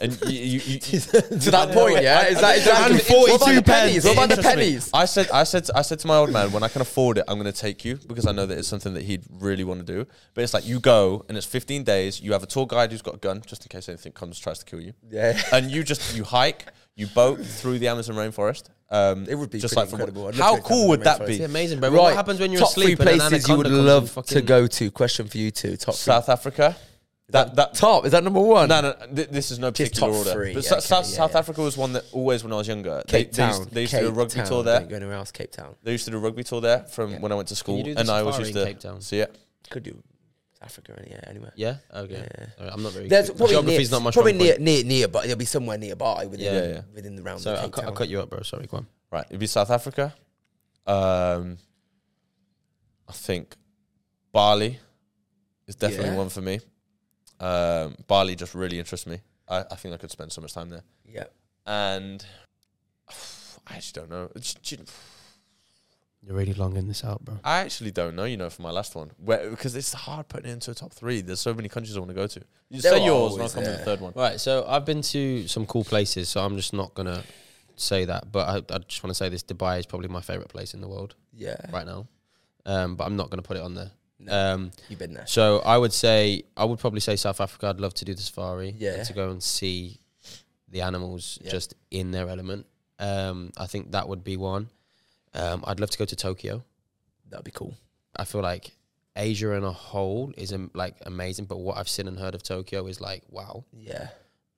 And you, you, you, to that point, yeah, is that, is that And What about the 42 pennies? What about the Trust me, pennies? I said, I said, I said to my old man, when I can afford it, I'm going to take you because I know that it's something that he'd really want to do. But it's like you go and it's 15 days. You have a tour guide who's got a gun just in case anything comes tries to kill you. Yeah. And you just you hike, you boat through the Amazon rainforest. Um, It would be just pretty like from- incredible. I'd love How to go cool down would the that rainforest. be? It's amazing, bro. What happens when you're top asleep? three and an places you would anaconda comes and love to fucking- go to. Question for you two. Top three. South Africa. That that Top is that number one? No, no, no, th- this is no Just particular top order. three, But yeah, Sou- okay, South, yeah, South yeah. Africa was one that always when I was younger. Cape they, they Town. used, they used to do a Cape rugby Town. tour there. Don't go anywhere else. Cape Town They used to do rugby tour there from when I went to school, you do the and I always safari used in to Cape Town? see it. could do Africa and yeah, anywhere. Yeah. Okay. Alright, I'm not very. There's good. probably Geography's near, not my probably strong near, point. near, near, but it'll be somewhere nearby within Yeah, yeah. within the round. So of I Cape cut, I Town. cut you up, bro. Sorry, go on. Right, it'd be South Africa. Um, I think Bali is definitely Yeah. one for me. Um, Bali just really interests me. I, I think I could spend so much time there. Yeah, And I actually don't know. It's- do you- You're really longing this out, bro. I actually don't know, you know, for my last one. Where, because it's hard putting it into a top three. There's so many countries I want to go to. You There say are yours, and I'll always, come to yeah. the third one. Right. So I've been to some cool places, so I'm just not gonna say that. But I, I just want to say this: Dubai is probably my favorite place in the world yeah. right now. Um, but I'm not gonna put it on there. Um, You've been there. so I would say I would probably say South Africa. I'd love to do the safari. and Yeah. To go and see the animals Yeah. just in their element. Um, I think that would be one. Um, I'd love to go to Tokyo. That'd be cool. I feel like Asia in a whole is um, like amazing, but what I've seen and heard of Tokyo is like wow, Yeah,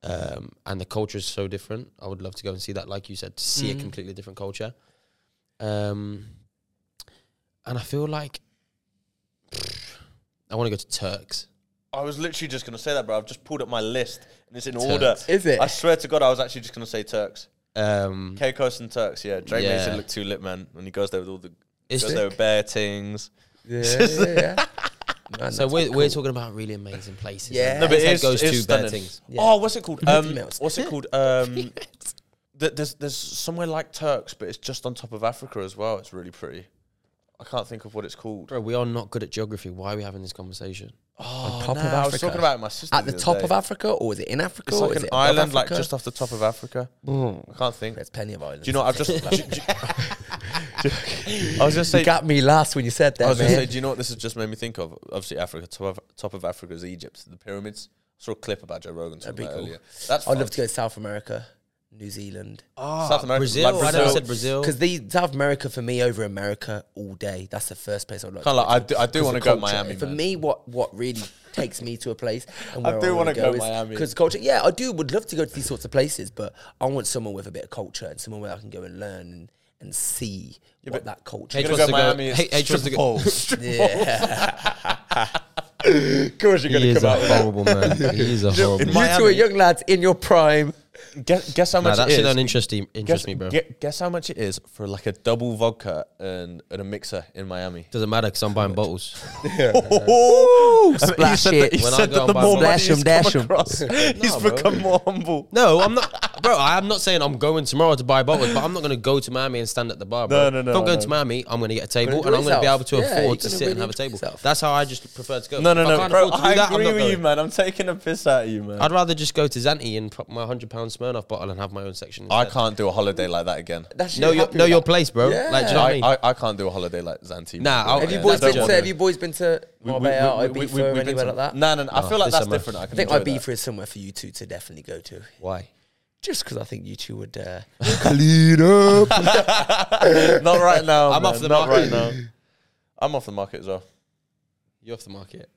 um, and the culture is so different. I would love to go and see that, like you said, to see Mhm. a completely different culture. Um, and I feel like I want to go to Turks. I was literally just going to say that, bro. I've just pulled up my list, and it's in Turks. order. is it? I swear to God, I was actually just going to say Turks. Um, Caicos and Turks, yeah. Drake Yeah. makes it look too lit, man. When he goes there with all the it's goes there with bear things. yeah, yeah, yeah. Man, so that's we're, we're cool. talking about really amazing places. Yeah. and No, but his head is- goes is to bad stunning. things. Yeah. Oh, what's it called? Um, Females. what's it called? Um, th- there's there's somewhere like Turks, but it's just on top of Africa as well. It's really pretty. I can't think of what it's called. Bro, we are not good at geography. Why are we having this conversation? Oh, top no, of I was Africa. talking about it with my sister at the other top day. of Africa, or is it in Africa? It's or like is it an above island, like Africa? Hmm. just off the top of Africa. I can't think. Do There's plenty of islands. you know? what I've just. do you- do you- I was just You saying. got me last when you said that, I was man. going to say, do you know what this has just made me think of? Obviously, Africa. Top of, top of Africa is Egypt, the pyramids. I saw a clip about Joe Rogan That'd be talking about cool. earlier. That's I'd fun. love to go to South America, New Zealand. South America, Brazil. like I never Brazil. said Brazil. Because the South America for me over America all day. That's the first place I'd like. Kinda to like, I go do- I do Because wanna the go to culture. Miami, For man. me, what what really takes me to a place and I where I do want wanna to go go, Miami. because culture. Yeah, I do would love to go to these sorts of places, but I want someone with a bit of culture and someone where I can go and learn and, and see what that culture. Hey, You're H gonna wants to go- go Miami. it's H- H wants to strip go- balls. Strip Yeah, Of course, you're He is a horrible man. He is a horrible in man. my- you two are Miami. young lads in your prime. Guess, guess how Nah, much that it shit is. don't interest, him- interest guess, me, bro. gue- guess how much it is for like a double vodka and, and a mixer in Miami. Doesn't matter because I'm buying bottles. Splash he said that, it. he When I said go that and the buy more some- money Splash he's 'em, come dash 'em. across, he's bro. become more humble. No, I'm not, bro. I am not saying I'm going tomorrow to buy bottles, but I'm not going to go to Miami and stand at the bar. Bro. No, no, no, If I'm going no. to Miami, I'm going to get a table enjoy and I'm going to be yourself. able to Yeah, you're afford to gonna sit and really have a enjoy table. yourself. That's how I just prefer to go. No, no, If I no, can't bro. afford to do I that, I'm agree not with you, going. man. I'm taking a piss out of you, man. I'd rather just go to Zante and pop my hundred pound Smirnoff bottle and have my own section. I Instead. can't do a holiday like that again. That's know your know your place, bro. Yeah. Like, do you know what I I, mean? I, I can't do a holiday like Zanti. Nah, I'll- Have you Yeah, I boys don't been to? want Have to. you boys been to Marbella, Ibiza, or anywhere like that? No, no, no. I No, feel like this that's summer. different. I, I can think enjoy that. Ibiza is somewhere for you two to definitely go to. Why? Just because I think you two would. Uh, Not right now. I'm man. off the Not market. right now. I'm off the market as well. You're off the market.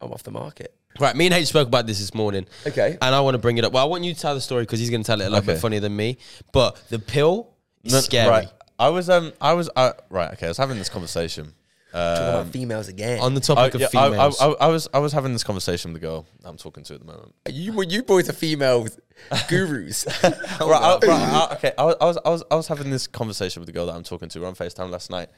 I'm off the market. Right, me and H spoke about this this morning. Okay. And I want to bring it up. Well, I want you to tell the story because he's going to tell it a little Okay. bit funnier than me. But the pill is No, scary. Right. I was um I was uh, right. Okay, I was having this conversation Talking about females again. On the topic I, of yeah, I- females, I, I, I was I was having this conversation with the girl I'm talking to at the moment. you you boys are female gurus. Right, I- right, I- okay, I was, I was I was I was having this conversation with the girl that I'm talking to. We're on Facetime last night,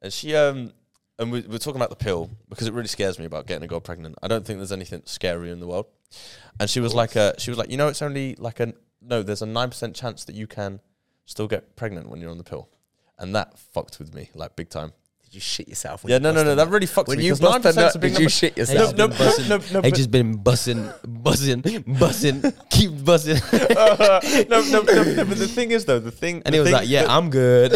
and she um and we we were talking about the pill because it really scares me about getting a girl pregnant. I don't think there's anything scarier in the world. And she was like, uh, she was like, you know, it's only like a no. There's a nine percent chance that you can still get pregnant when you're on the pill, and that fucked with me like big time. Did you shit yourself? when Yeah, you no, no, bust no, a that nut? really fucked When me you because nine bust a percent's a nut, big did you number. shit H's yourself? No, been no, bussing. no, no, H's but- just been bussing, bussing, bussing, keep bussing, no, no, no, no, but the thing is though, the thing, and the it was thing- like, yeah, I'm good.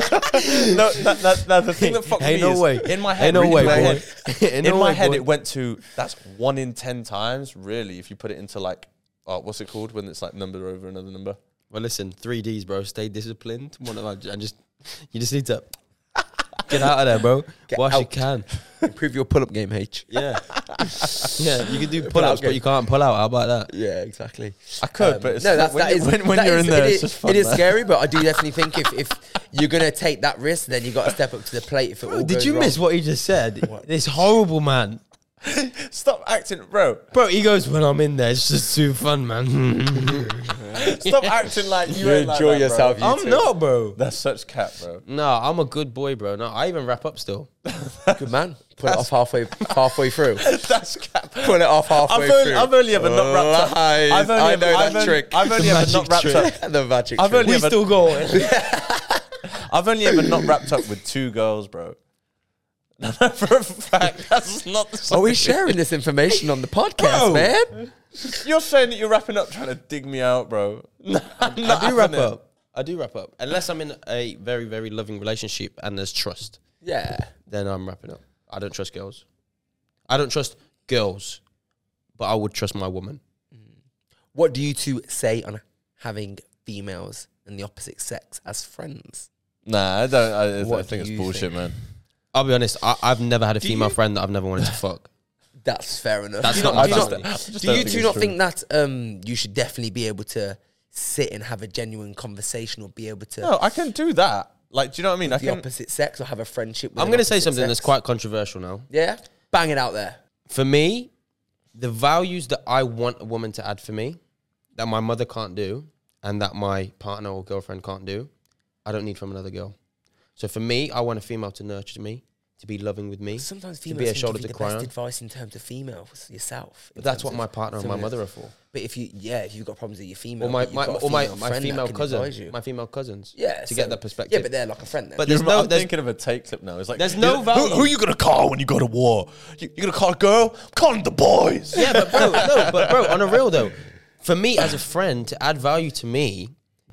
no, that, that, that, the thing that fucked Ain't me no is way. in my head, Ain't no really, way, in my head, boy. in Ain't no my way, head boy. it went to that's one in ten times, really. If you put it into like, oh, what's it called when it's like number over another number? well, listen, three Ds, bro. Stay disciplined. One of our, and just you just need to get out of there, bro. Get Wash your out. can. Improve your pull-up game, H. Yeah, yeah. You can do pull-ups, game. but you can't pull out. How about that? Yeah, exactly. I could, but it's no, that's, when, that you- is when, when that you're is- in there, it it's is- just fun. it is man. scary, but I do definitely think if, if you're gonna take that risk, then you got to step up to the plate. If it all Bro, did goes you wrong. miss what he just said? This horrible man. Stop acting, bro. Bro, he goes, when I'm in there, it's just too fun, man. Stop acting like you, You ain't enjoy like that, bro. yourself, you I'm too. not, bro. That's such cat, bro. No, I'm a good boy, bro. No, I even wrap up still. Good man. Pull it off halfway halfway through. That's cat. Pull it off I've halfway only, through. I've only ever not wrapped up. Lies. I've only I ever, know that I've only, trick. I've only The ever not magic wrapped trick. up. the magic. I've trick. only We ever still going. I've only ever not wrapped up with two girls, bro. No, no, for a fact, that's not the same. Are we sharing this information on the podcast, Bro. man? You're saying that you're wrapping up trying to dig me out, bro. No, I do wrap up. I do wrap up. Unless I'm in a very, very loving relationship and there's trust, Yeah. then I'm wrapping up. I don't trust girls. I don't trust girls, but I would trust my woman. What do you two say on having females and the opposite sex as friends? Nah, I don't. I, I What think do it's you bullshit, man. I'll be honest, I, I've never had a female friend that I've never wanted to fuck. That's fair enough. That's do not you not, my do you best not- thing. do Don't you think two it's not true. think that um, you should definitely be able to sit and have a genuine conversation or be able to No, I can do that. Like, do you know what I mean? I the can. opposite sex or have a friendship with I'm an going to say opposite something sex? that's quite controversial now. Yeah? Bang it out there. For me, the values that I want a woman to add for me, that my mother can't do, and that my partner or girlfriend can't do, I don't need from another girl. So for me, I want a female to nurture me, to be loving with me. Sometimes be a females seem shoulder to to be the cry best on. advice in terms of females yourself. in But that's terms what of my partner and my someone mother are else. for. But if you, yeah, if you've got problems with your female, Or my, but you've my got a or my, female my friend that female can advise cousin, you. my female cousins. yeah, to so- get that perspective. Yeah, but they're like a friend. Then. But You there's remember, no I'm there's, thinking of a take clip now. It's like There's no value. Who, who are you gonna call when you go to war? You, you're gonna call a girl? I'm calling the boys. yeah, but bro, no, but bro, on a real though, for me as a friend to add value to me,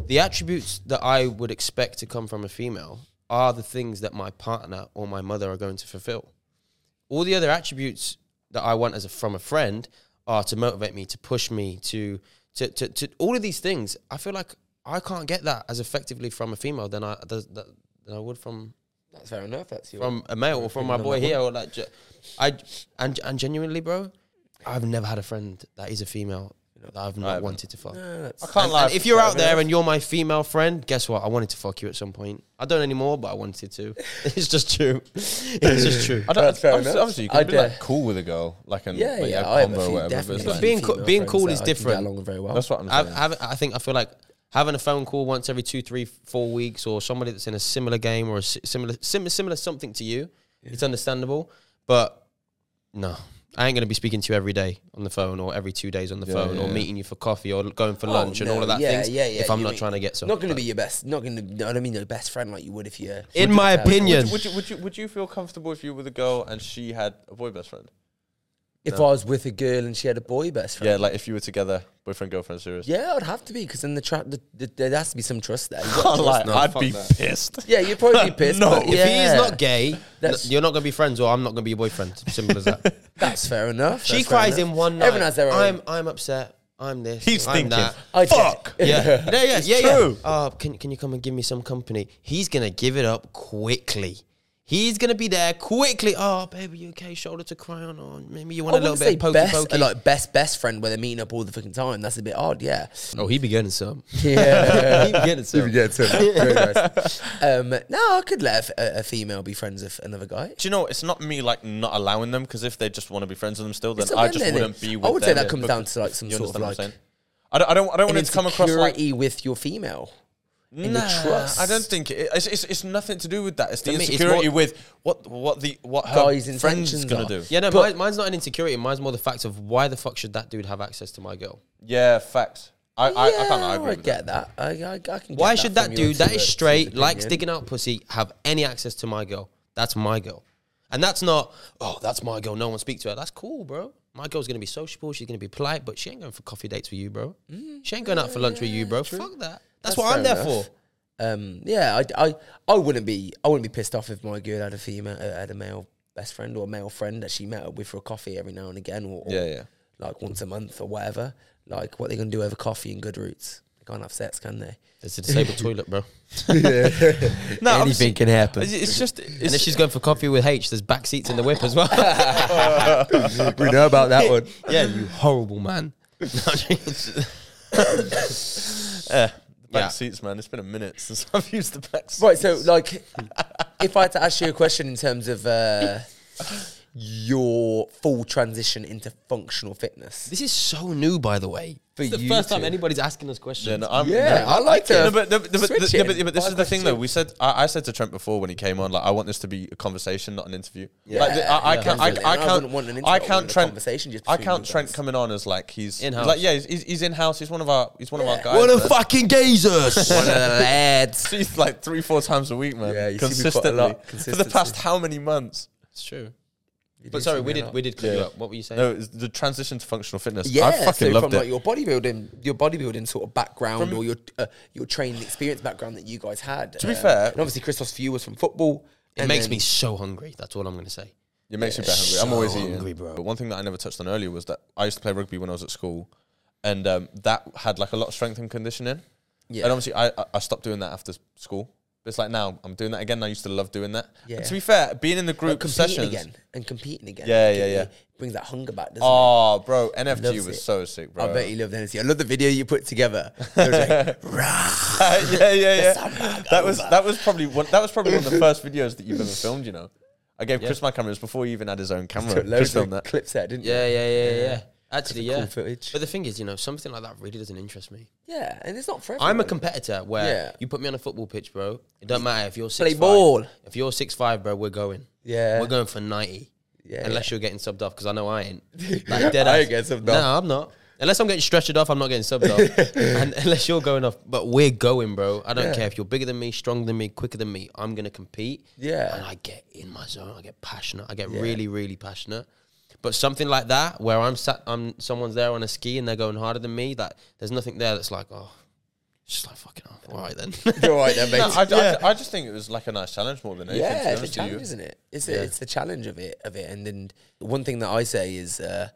the attributes that I would expect to come from a female are the things that my partner or my mother are going to fulfill. All the other attributes that I want as a from a friend are to motivate me, to push me, to to to, to all of these things. I feel like I can't get that as effectively from a female than I than I would from that's fair enough. That's your from a male or from my boy here or like ge- I and and genuinely, bro, I've never had a friend that is a female that I've not haven't. wanted to fuck. No, that's- I can't lie. And if you're out there and you're my female friend, guess what? I wanted to fuck you at some point. I don't anymore, but I wanted to. It's just true. It's just true. I don't, That's fair obviously, enough. obviously, you can I be dare. like cool with a girl, like an yeah, like, yeah. a I have a combo, or few, whatever. but definitely. it's But like- being co- cool, being cool is different. along very well. that's what I'm I've, saying. I've, I think I feel like having a phone call once every two, three, four weeks, or somebody that's in a similar game or a si- similar, similar, similar something to you, it's understandable. But no, I ain't gonna be speaking to you every day on the phone, or every two days on the Yeah, phone, yeah, or yeah. meeting you for coffee, or going for Oh, lunch, and no, all of that yeah, things. yeah, yeah, if I'm you not mean- trying to get something, not going to be your best. Not going to. I don't mean your best friend like you would if you. in my opinion, Would you, would you would you feel comfortable if you were the girl and she had a boy best friend? If I was with a girl and she had a boy best friend. Yeah, like if you were together, boyfriend girlfriend serious. Yeah, I'd have to be because then the, tra- the, the there has to be some trust there. You've got Can't trust lie, No, I'd fuck be that. pissed. Yeah, you'd probably be pissed. No. but if yeah. he is not gay, That's- you're not gonna be friends, or I'm not gonna be your boyfriend. Simple as that. that's fair enough. she that's fair cries enough. in one night. Everyone has their own. I'm I'm upset. I'm this. He's I'm thinking, that. I did. fuck. Yeah, yeah, yeah, Uh, yeah. true. yeah. Oh, can can you come and give me some company? He's gonna give it up quickly. He's gonna be there quickly. Oh, baby, you okay? Shoulder to cry on. Or maybe you want a little wouldn't bit say of pokey best, pokey. like best best friend where they're meeting up all the fucking time. That's a bit odd, yeah. oh, he be getting some. Yeah. he be getting some. yeah, Tim. Very nice. Um, no, I could let a, f- a- a female be friends with another guy. Do you know it's not me like not allowing them because if they just want to be friends with them still, then It's not I them, just then. wouldn't be with I them. would say that comes down to like some You sort of like understand what I'm saying? I don't, I don't, I don't an want it to come across like insecurity with your female. in the nah, trust. I don't think it, it's, it's it's nothing to do with that. It's the For me, it's insecurity more- with what what the what her Guys' intentions friends gonna are. do. Yeah, no, But- mine, mine's not an insecurity. Mine's more the fact of why the fuck should that dude have access to my girl? yeah, facts. I I, I can't Yeah, agree I with that. get that. I, I, I can. Get Why should from that your dude that two- is two straight, likes opinion. digging out pussy, have any access to my girl? That's my girl. And that's not, oh, that's my girl. No one speaks to her. That's cool, bro. My girl's gonna be sociable. She's gonna be polite, but she ain't going for coffee dates with you, bro. she ain't going out for lunch with you, bro. Fuck that. That's, what Mm. fair I'm there enough. for. Um, yeah, I, I, I wouldn't be, I wouldn't be pissed off if my girl had a female, uh, had a male best friend or a male friend that she met up with for a coffee every now and again, or, or Yeah, yeah. like once a month or whatever. Like, what they gonna do over coffee and good roots? They can't have sex, can they? It's a disabled toilet, bro. No, obviously- can happen. it's it's just it's, And if she's going for coffee with H, there's back seats in the whip as well. we know about that one. yeah, you horrible man. Eh. back Yeah. seats, man. It's been a minute since I've used the back seats. Right, so like, if I had to ask you a question in terms of uh, your full transition into functional fitness, This is so new, by the way. For it's the you first time two. anybody's asking us questions. Yeah, no, I'm, Yeah, I like to No, but, no, but, no, but, switch no, it. but, yeah, but this Five is the thing, questions. though. We said I, I said to Trent before when he came on, like, I want this to be a conversation, not an interview. Yeah. like, the- I, I Yeah, can't. I, definitely. I And I can't. wouldn't want an interview, I I can't wanted a Trent. conversation just I between can't you Trent guys. coming on as like he's In-house. Like, yeah, he's, he's, he's in house. He's one of our. He's one of our guys. what a man. fucking gazers. one of the lads. He's like three, four times a week, man. Yeah, you see me quite a consistently lot. for the past Consistency. how many months? It's true. You do But sorry, see we me a did lot. we did cut you Yeah. up. What were you saying? No, it's the transition to functional fitness. Yeah, I fucking so loved from it. like your bodybuilding, your bodybuilding sort of background, or your uh, your training experience background that you guys had. To be fair- and obviously Christos Few was from football. it and makes then- me so hungry. That's all I'm gonna say. It makes me a bit hungry. I'm always so eating. hungry, bro. But one thing that I never touched on earlier was that I used to play rugby when I was at school, and um, that had like a lot of strength and conditioning. Yeah. And obviously, I I- I stopped doing that after s- school. But it's like now I'm doing that again. I used to love doing that. Yeah. And to be fair, being in the But group competing sessions. again and competing again. Yeah, Like, yeah, it- yeah. it Brings that hunger back. Doesn't it? Oh, bro, NFG Loves was it. so sick, bro. I bet you loved NSC. I love the video you put together. It was like, "Rah." yeah, yeah, yeah. sandbag That was that was probably one, that was probably one of the first videos that you've ever filmed. You know, I gave Chris my camera. It was before he even had his own camera. Took loads Chris filmed of that. clips there, didn't Yeah, you? yeah, yeah, yeah. Actually, Cool yeah. footage. But the thing is, you know, something like that really doesn't interest me. Yeah, and it's not for I'm a everyone. competitor where Yeah. you put me on a football pitch, bro. It doesn't matter if you're six Play ball. If you're six five, bro, we're going. Yeah. We're going for ninety. Yeah, Unless you're getting subbed off, because I know I ain't. Like dead I ass. ain't getting subbed no, off. I'm not. Unless I'm getting stretched off, I'm not getting subbed off. And unless you're going off, but we're going, bro. I don't Yeah. care if you're bigger than me, stronger than me, quicker than me. I'm gonna compete. Yeah. And I get in my zone. I get passionate. I get Yeah. really, really passionate. But something like that, where I'm sat, I'm someone's there on a ski and they're going harder than me. That there's nothing there that's like, oh, it's just like fucking off. All right then. You're right then, mate. No, I, I- I, just think it was like a nice challenge more than anything. to be yeah, it's a honest with you. challenge, isn't it? It's a, it's the challenge of it of it. And then one thing that I say is uh,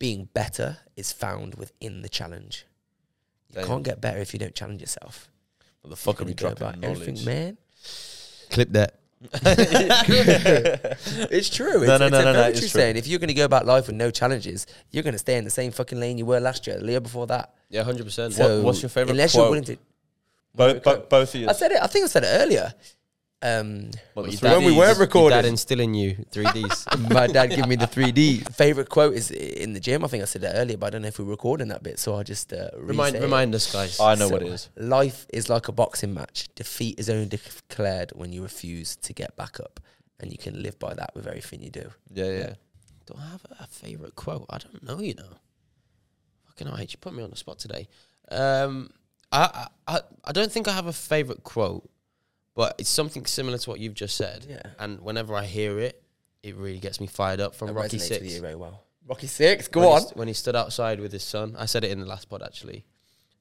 being better is found within the challenge. You Damn. can't get better if you don't challenge yourself. What the fuck are we You go about dropping knowledge? everything, man. Clip that. It's true. It's, no, it's no, a no, no, very it's true true. saying. If you're going to go about life with no challenges, you're going to stay in the same fucking lane you were last year, the year before that. Yeah, hundred percent. So what's your favourite Unless quote? you're willing to, Both, both, both of you. I said it. I think I said it earlier. Um, Well, the Your three when we Ds. were Your recording. dad instilling you three Ds. My dad gave me the 3D. Favorite quote is in the gym. I think I said that earlier, but I don't know if we we're recording that bit, so I just uh, remind, re-say it. remind us, guys. I know So, what it is. Life is like a boxing match. Defeat is only declared when you refuse to get back up, and you can live by that with everything you do. Yeah, yeah. Do I have a favorite quote? I don't know. You know, fucking hell, H, you put me on the spot today. Um, I, I, I- I don't think I have a favorite quote, but it's something similar to what you've just said. Yeah. And whenever I hear it, it really gets me fired up. From That Rocky resonates Six, with you very well. Rocky Six, go when on. He, st- when he stood outside with his son, I said it in the last pod actually.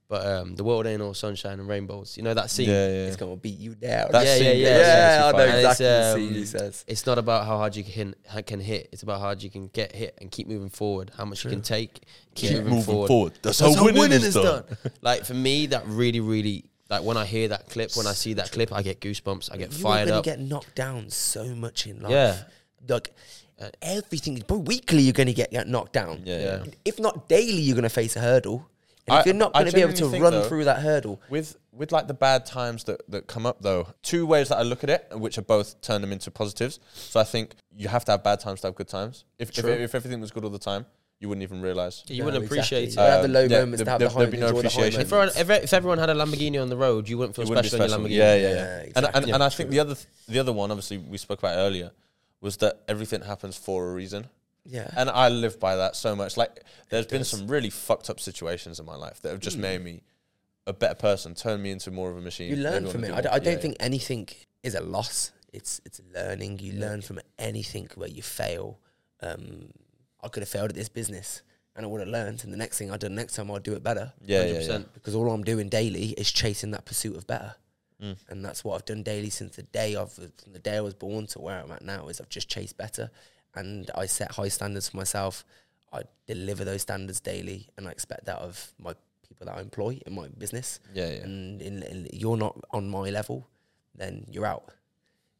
But um, the world ain't all sunshine and rainbows. You know that scene. Yeah, yeah. It's gonna beat you down. That Yeah, scene yeah, is yeah. actually Yeah, I know fire. And exactly the um, scene he says. It's not about how hard you can hit, can hit. It's about how hard you can get hit and keep moving forward. How much you can take, keep, moving, forward. That's, how winning is done. like for me, that really, really Like when I hear that clip, when I see that clip, I get goosebumps. I get you fired are gonna up. get knocked down so much in life. Yeah. Uh, Like everything, but weekly you're gonna get, get knocked down. Yeah, Yeah. yeah. If not daily, you're gonna face a hurdle. And I- if you're not I gonna be able to genuinely think, run though- through that hurdle, With with like the bad times that, that come up though, two ways that I look at it, and which are both turn them into positives. So I think you have to have bad times to have good times. If if, True. if everything was good all the time, you wouldn't even realize. You No, wouldn't exactly. appreciate You it. gotta have the Um, low yeah, moments, to there- have the there'd high, be no enjoy the high appreciation. If moments. everyone, if, if everyone had a Lamborghini on the road, you wouldn't feel It wouldn't be special in your Lamborghini. special. Yeah, yeah, yeah. Yeah, and and, exactly. and I think the other th- the other one, obviously, we spoke about earlier, was that everything happens for a reason. yeah. And I live by that so much. Like, there's been some really fucked up situations in my life that have just made me a better person, turned me into more of a machine. you Made learn me from it. wanna I, d- do I more. don't Yeah, think anything is a loss. It's it's learning. You learn from anything where you fail. Um, I could have failed at this business, and I would have learned. And the next thing I done next time, I'll do it better yeah, yeah, yeah, yeah. 100%. because all I'm doing daily is chasing that pursuit of better. And that's what I've done daily since the day I've from the day I was born to where I'm at now is I've just chased better, and I set high standards for myself. I deliver those standards daily, and I expect that of my people that I employ in my business Yeah, yeah. and in, in- you're not on my level, then you're out.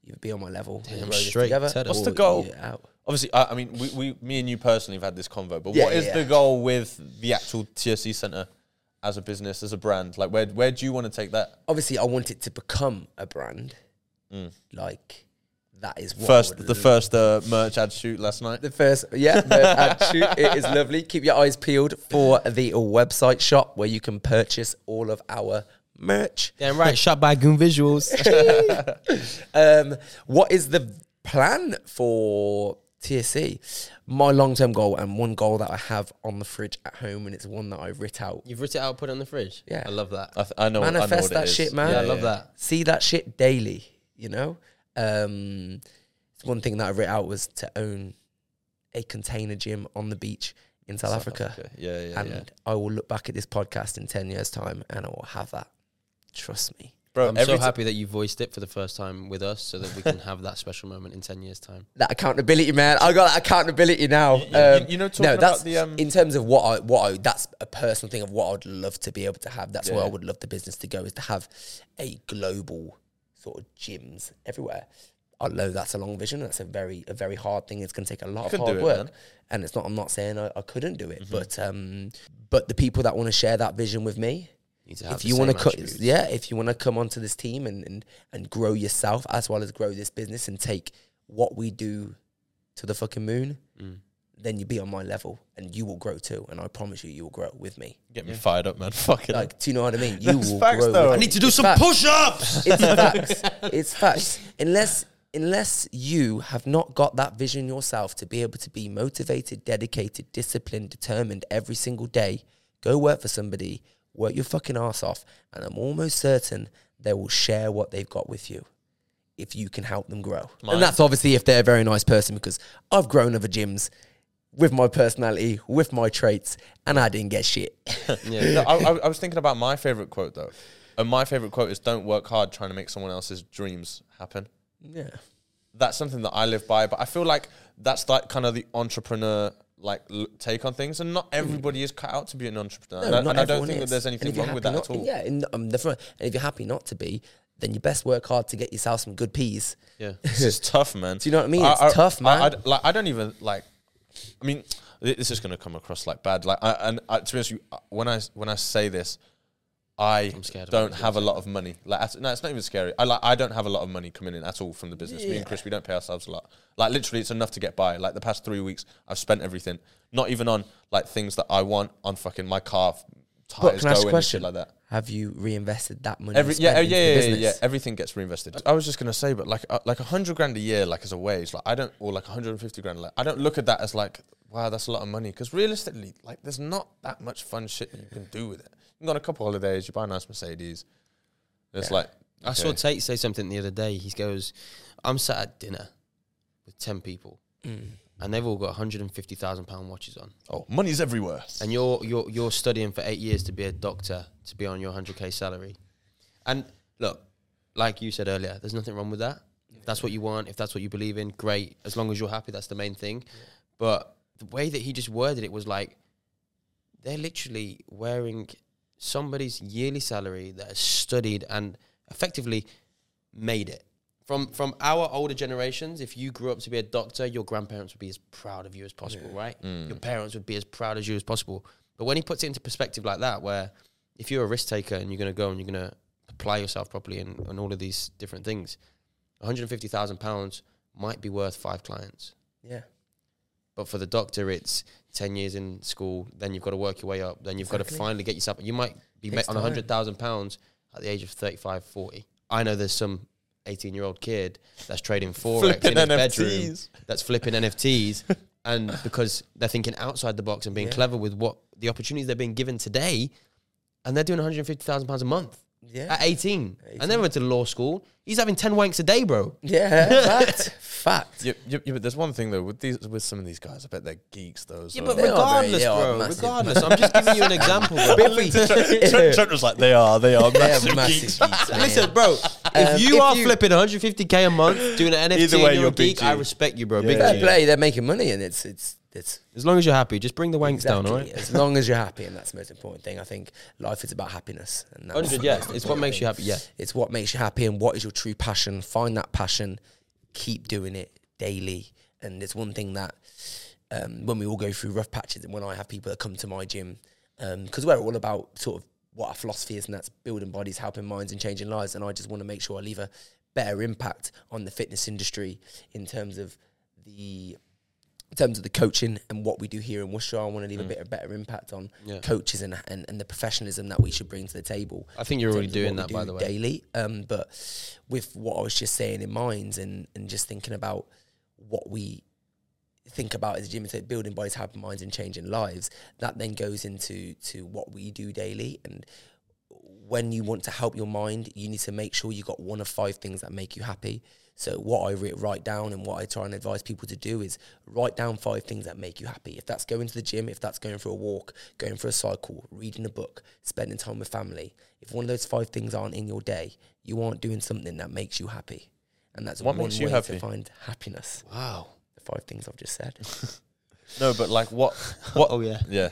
You be on my level. we'll grow this straight together, to the- What's the or goal? you're out. Obviously, I, I mean, we, we, me and you personally have had this convo, but Yeah, what yeah, is yeah. the goal with the actual TSC Center as a business, as a brand? Like, where where do you want to take that? Obviously, I want it to become a brand. Like that is what I first, would the love. first uh, merch ad shoot last night. The first, yeah, the ad shoot. It is lovely. Keep your eyes peeled for the website shop where you can purchase all of our merch. Damn right, shot by Goon Visuals. Um, what is the plan for TSC? My long term goal and one goal that I have on the fridge at home, and it's one that I writ out. You've written it out, put it on the fridge. Yeah. I love that. I, th- I know. I know Manifest what it that is. shit, man. Yeah, I love that. See that shit daily, you know? Um, it's one thing that I writ out was to own a container gym on the beach in South, Africa. Okay, Yeah, yeah, and yeah. I will look back at this podcast in 10 years' time and I will have that. Trust me. Bro, I'm every so ti- happy that you voiced it for the first time with us so that we can have that special moment in 10 years' time. That accountability, man. I got that accountability now. you- Um, you know, talking about that's, the, um, in terms of what I, what I, that's a personal thing of what I'd love to be able to have. That's where I Yeah. would love the business to go is to have a global sort of gyms everywhere. I know that's a long vision. and That's a very, a very hard thing. It's going to take a lot of can hard do it, work. man. Mm-hmm. and it's not I'm not saying I, I couldn't do it, but um, but the people that want to share that vision with me, Need to have if the you want to same cut, attributes. yeah, if you want to come onto this team and, and and grow yourself as well as grow this business and take what we do to the fucking moon, Mm. then you be on my level and you will grow too, and I promise you, you will grow with me. Get me fired up, man. Fucking. Like, do you know what I mean? You That's will facts, grow. though. with I me. need to do It's some facts. push ups. It's facts. It's facts. Unless unless you have not got that vision yourself to be able to be motivated, dedicated, disciplined, determined every single day, go work for somebody, work your fucking ass off, and I'm almost certain they will share what they've got with you if you can help them grow. Mine. And that's obviously if they're a very nice person because I've grown other gyms with my personality, with my traits, and I didn't get shit. No, I, I, I was thinking about my favorite quote though, and my favorite quote is "Don't work hard trying to make someone else's dreams happen." yeah. That's something that I live by, but I feel like that's like kind of the entrepreneur like l- take on things, and not everybody is cut out to be an entrepreneur. and I, Hmm. not and I don't everyone think is. that there's And anything if you're wrong with that happy not- at all. Yeah, and, um, the fir- and if you're happy not to be, then you best work hard to get yourself some good peas. Yeah. This is tough, man. Do you know what I mean? It's tough, man. I, I'd- like, I don't even like. I mean, th- this is going to come across like bad. Like, I, and I, to be honest, with you, when I when I say this, I scared of what don't you're have a lot of money. Like, at, no, it's not even scary. I like, I don't have a lot of money coming in at all from the business. Me and Chris, we don't pay ourselves a lot. Like, literally, it's enough to get by. Like the past three weeks, I've spent everything, not even on like things that I want, on fucking my car f- But tires can I ask a going and shit question? like that. Have you reinvested that money? Every you yeah, spent oh, into yeah, the yeah, yeah, business? yeah. Everything gets reinvested. I was just gonna say, but like, uh, like a hundred grand a year, like as a wage, like I don't, or like hundred and fifty grand, like I don't look at that as like, wow, that's a lot of money. Because realistically, like, there's not that much fun shit you can do with it. You can go on a couple holidays, you buy a nice Mercedes. It's like I saw okay. Tate say something the other day. He goes, I'm sat at dinner with 10 people Mm, and they've all got £150,000 watches on. oh, money's everywhere. and you're you're you're studying for eight years to be a doctor to be on your 100k salary and look like you said earlier there's nothing wrong with that if that's what you want if that's what you believe in great as long as you're happy that's the main thing but the way that he just worded it was like they're literally wearing somebody's yearly salary that has studied and effectively made it. From from our older generations, if you grew up to be a doctor, your grandparents would be as proud of you as possible, right? Mm. Your parents would be as proud as you as possible. But when he puts it into perspective like that, where if you're a risk taker and you're going to go and you're going to apply yourself properly and, and all of these different things, 150,000 pounds might be worth five clients. Yeah. But for the doctor, it's 10 years in school, then you've got to work your way up, then you've got Exactly. to finally get yourself. You might be Takes ma- on time. 100,000 pounds at the age of 35, 40. I know there's some 18 year old kid that's trading Forex in Flipping his bedroom, NFTs. that's flipping NFTs. And because they're thinking outside the box and being Yeah. clever with what the opportunities they're being given today, and they're doing 150,000 pounds a month Yeah. at 18. And then went to law school. He's having 10 wanks a day, bro. Yeah. fact. Fact. Yeah, yeah, yeah, but there's one thing though with these with some of these guys. I bet they're geeks. Those Yeah, are- but They are very- regardless, they are bro. massive. Regardless, I'm just giving you an example. bro. Trent, Trent was like, they are, they are They're massive, massive geeks. geeks, man. Listen, bro. Um, If you if are you- flipping 150k a month doing an NFT, Either way, and you're you're a geek. big I G. respect you, bro. Yeah. Big Fair G. play. They're making money, and it's it's it's As long as you're happy, just bring the wanks down, all exactly- right? As long as you're happy, and that's the most important thing. I think life is about happiness. And that's 100, yeah. It's what makes you happy, yeah. It's what makes you happy and what is your true passion. Find that passion, keep doing it daily. And it's one thing that um, when we all go through rough patches, and when I have people that come to my gym, because we're all about sort of what our philosophy is, and that's building bodies, helping minds, and changing lives. And I just want to make sure I leave a better impact on the fitness industry in terms of the in terms of the coaching and what we do here in Worcester, I want to leave a bit of better impact on Yeah. coaches and, and and the professionalism that we should bring to the table I think you're already terms of doing that, what we by do the way. daily. Um, but with what I was just saying in mind and and just thinking about what we think about as a gym, so building bodies, helping minds, and changing lives. That then goes into to what we do daily and. When you want to help your mind, you need to make sure you got one of five things that make you happy. So what I wri- write down and what I try and advise people to do is write down five things that make you happy. If that's going to the gym, if that's going for a walk, going for a cycle, reading a book, spending time with family. If one of those five things aren't in your day, you aren't doing something that makes you happy. And that's What one makes you way happy? to find happiness. Wow. The five things I've just said. No, but like what? What? Oh, yeah. Yeah,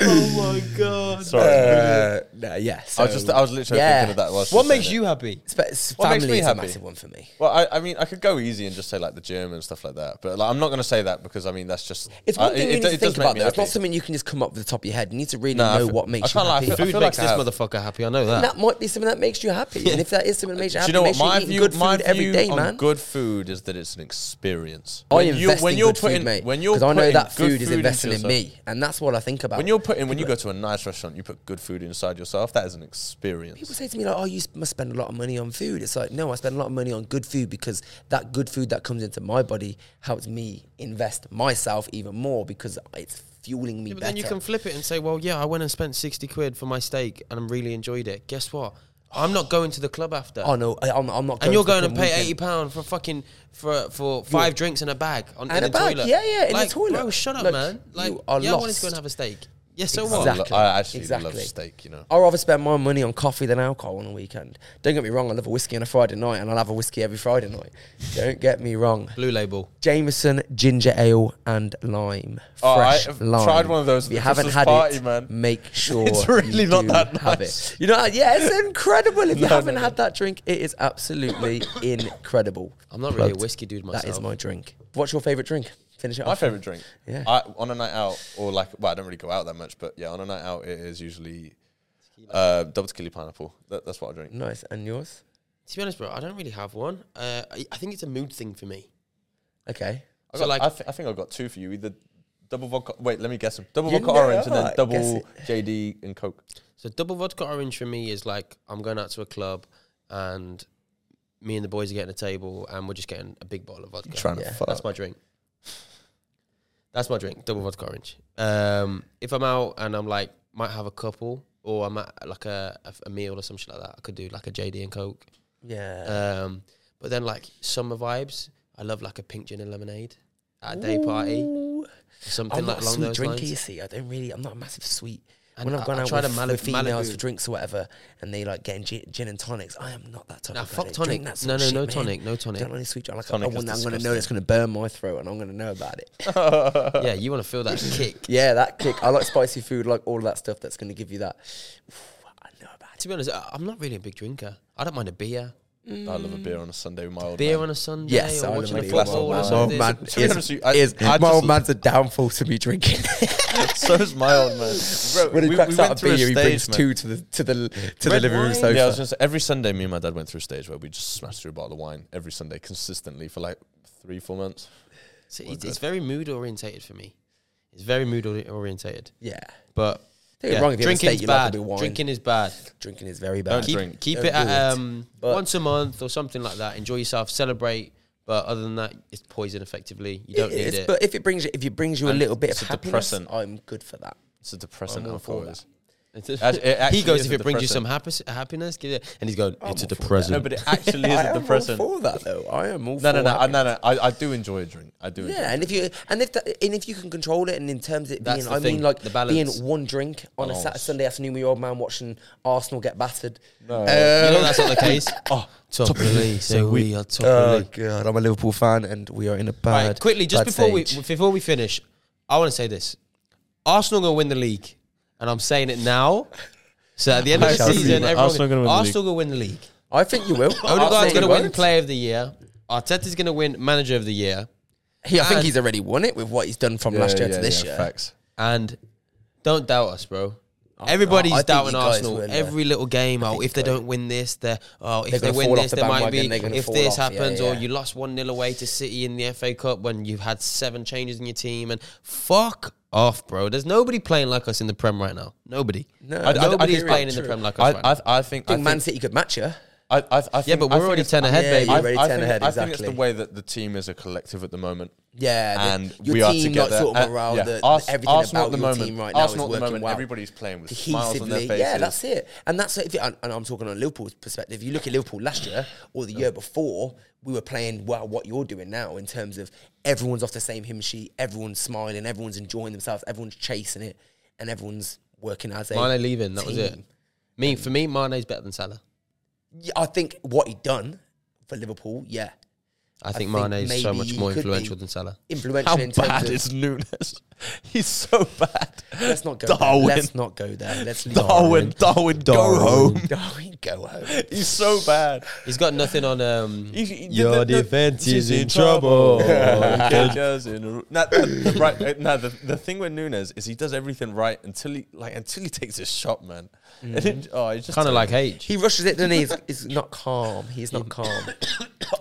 oh, my God. sorry. Uh, no, yeah. I so- was just, I was literally yeah. thinking of that. whilst What you makes said it. you happy? Spe- s- What makes family me is happy? a massive one for me. Well, I, I mean, I could go easy and just say like the gym and stuff like that, but like, I'm not going to say that because I mean that's just It's one I- thing you need Uh, do- to does think make about. me Though. It's not happy. something you can just come up with the top of your head. You need to really Nah, I know feel- what I makes you can't lie, I happy. feel- Food like makes I this have- motherfucker happy. I know that. And that might be something that makes you happy. And if that is something that makes you Do happy, you know make what sure my you eat view? good my food view every day, on man. good food is that it's an experience. I When you- invest when in you're good putting food, mate. when you're 'cause I know putting that good food is into investing in yourself- me, and that's what I think about. When you're putting when you go to a nice restaurant, you put good food inside yourself. That is an experience. people say to me like, "Oh, you sp- must spend a lot of money on food." It's like, no, I spend a lot of money on good food because that good food that comes into my body helps me invest myself even more because it's fueling me Yeah, but better. then you can flip it and say, well, yeah, I went and spent 60 quid for my steak and I really enjoyed it. Guess what? I'm not going to the club after. oh no, I, I'm, I'm not. and you're for going the to pay weekend. eighty pound for fucking for for five drinks and a bag on And in a the bag, toilet. yeah, yeah, in the like, toilet. Bro, shut up, Look, man. you Like, are yeah, I wanted to go lost. and have a steak. Yeah, so I, what? lo- Exactly. I actually love Exactly. steak. You know, I'd rather spend my money on coffee than alcohol on a weekend. Don't get me wrong, I love a whiskey on a Friday night and I'll have a whiskey every Friday night. Don't get me wrong. Blue label. Jameson, ginger ale, and lime. Oh, Fresh I've lime. tried one of those at If you the haven't Christmas had party, it, man. make sure It's really you not do that have nice. it. You know, yeah, it's incredible. If you No, haven't no, had that drink, it is absolutely incredible. I'm not really a Plugged. whiskey dude myself. That is my drink. What's your favorite drink? Finish it my off. favorite drink. Yeah. I, on a night out or like, well, I don't really go out that much, but yeah, on a night out it is usually uh, double tequila pineapple. That, that's what I drink. Nice. And yours? To be honest, bro, I don't really have one. Uh, I, I think it's a mood thing for me. Okay. I, So, got, like- I, th- I think I got two for you. Either double vodka. Wait, let me guess them. Double You vodka know, orange and then alright, guess double it. JD and Coke. So double vodka orange for me is like I'm going out to a club and me and the boys are getting a table and we're just getting a big bottle of vodka. Trying Yeah. to fuck. That's my drink. That's my drink, double vodka orange. Um, if I'm out and I'm like, might have a couple, or I'm at like a, a, a meal or something like that, I could do like a JD and Coke. Yeah. Um, but then like summer vibes, I love like a pink gin and lemonade at a day party, Ooh. something I'm like not a along sweet those drinker, lines. you see. I don't really. I'm not a massive sweet. And when I've gone I, I out tried with, a Malibu, with females for Malibu. drinks or whatever, and they like getting gin, gin and tonics, I am not that type Nah, of guy. fuck that tonic. Drink that No, sort no, of no shit, man. tonic. No tonic. Don't want any sweet gin. Like, I Tonic is want, I'm going to know disgusting. that's going to burn my throat, and I'm going to know about it. yeah, you want to feel that kick. yeah, that kick. I like spicy food, like all of that stuff that's going to give you that. I know about it. To be honest, I, I'm not really a big drinker. I don't mind a beer. I love a beer on a Sunday with my old Beer man. on a Sunday Oh, Yes, I or know watching about a it. glass of football or wine. My old something. Oh, man To be honest is, with you, I- is- I my just- old man's a downfall to me drinking. so is my old man. Bro, when he cracks out a beer, he brings man. two to the to the to the Red living room wine? sofa. Yeah, I was gonna say, every Sunday, me and my dad went through a stage where we just smashed through a bottle of wine every Sunday consistently for like three, four months. So Oh, Well it's, done. it's very mood orientated for me. It's very mood ori- orientated. yeah. But Don't get yeah, me wrong, if you're in a drinking's state, you love bad. to do wine. Drinking is bad. Drinking is very Don't bad. keep drink. keep Don't it do at it. um, But- once a month or something like that. Enjoy yourself, celebrate. But other than that, it's poison. Effectively, you don't It need is, it. But if it brings you, if it brings you a And little bit it's of a happiness, depressant. I'm good for that. It's a depressant I'm all for alcohol. that. is. It's a- Act- it actually he goes is if a it brings you depressant. some happiness, happiness give it, and he's going. It's a all for that. No, depressant. but it actually is I am a all depressant. for that though. I am all No, for no, no, I- happiness. no, no. I, I do enjoy a drink. I do. enjoy a Yeah, and if you and if that, and if you can control it, and in terms of it That's being, the I thing, mean, like the balance. Oh. being one drink on a Saturday, Balance. Sunday afternoon with your old man watching Arsenal get battered. No, Uh, you know that's not the case. oh, top of the league. So we- we are top of the oh league. god, I'm a Liverpool fan, and we are in a bad. Right, quickly, just bad before stage. we before we finish, I want to say this: Arsenal gonna win the league, and I'm saying it now. So at the end of the shall see, season, but everyone Arsenal gonna win the Arsenal gonna win the league. I think you will. Odegaard's Arsenal gonna win won't. Player of the Year. Arteta's gonna win Manager of the Year, He, I think And- he's already won it with what he's done from Yeah, last year yeah, to this yeah, year. Facts. and don't doubt us, bro. Everybody's no, I think doubting you guys Arsenal. will, yeah. Every little game, oh, if they don't win this, they're oh, if they gonna win fall off this, the they might be. bandwagon, they're gonna If fall this off, yeah, happens, or yeah. you lost one 0 away to City in the FA Cup when you had seven changes in your team, and fuck off, bro. There's nobody playing like us in the Prem right now. Nobody. No, I- I- I nobody's agree. playing in True. the Prem like us I, right now. I, I think. I I think Man think. City could match you. I, I, I yeah, think- but I we're think already it's- ten ahead, yeah, baby. you're I, already 10 I think, ahead, I think it's the exactly. way that the team is a collective at the moment. Yeah, the- and your we are team, together. like, sort of and- morale, yeah. the, Ars- the- everything Arsenal about at the your moment, team right now is Arsenal at the working moment, well. everybody's playing with smiles on their cohesively. faces. Yeah, that's it. And that's if you, and, and I'm talking on Liverpool's perspective. You look at Liverpool last year or the year before, we were playing well what you're doing now in terms of everyone's off the same hymn sheet, everyone's smiling, everyone's enjoying themselves, everyone's chasing it, and everyone's working as a Mane leaving. That was it. team. Me for me, Mane's better than Salah. Yeah, I think what he done for Liverpool, yeah, I think, think Mane is so maybe much he more could influential be than Salah. influential How in terms bad of. is Nunes? He's so bad. Let's not go. Darwin. There. Let's not go there. Let's leave Darwin, Darwin, go home. Darwin, go home. He's so bad. He's got nothing on. Um, He- he- Your the- the- the- defense is he's in trouble. Catch us in a- Nah, the- the right, uh, nah, the, the thing with Nunes is he does everything right until he like until he takes his shot, man. And it, oh, it's just kind of Mm. like H. He rushes it, doesn't he? He's, he's not calm. He's not calm.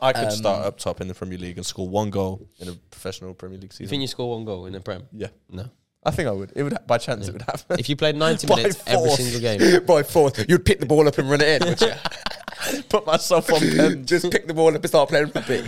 I could start um, up top in the Premier League and score one goal in a professional Premier League You season. think you score one goal in the Prem? yeah, No. I think I would. It would ha- by chance it would happen. If you played 90 By minutes every force. single game, By fourth, you'd pick the ball up and run it in, would you? Um, Put myself on pen. Just pick the ball up and start playing rugby.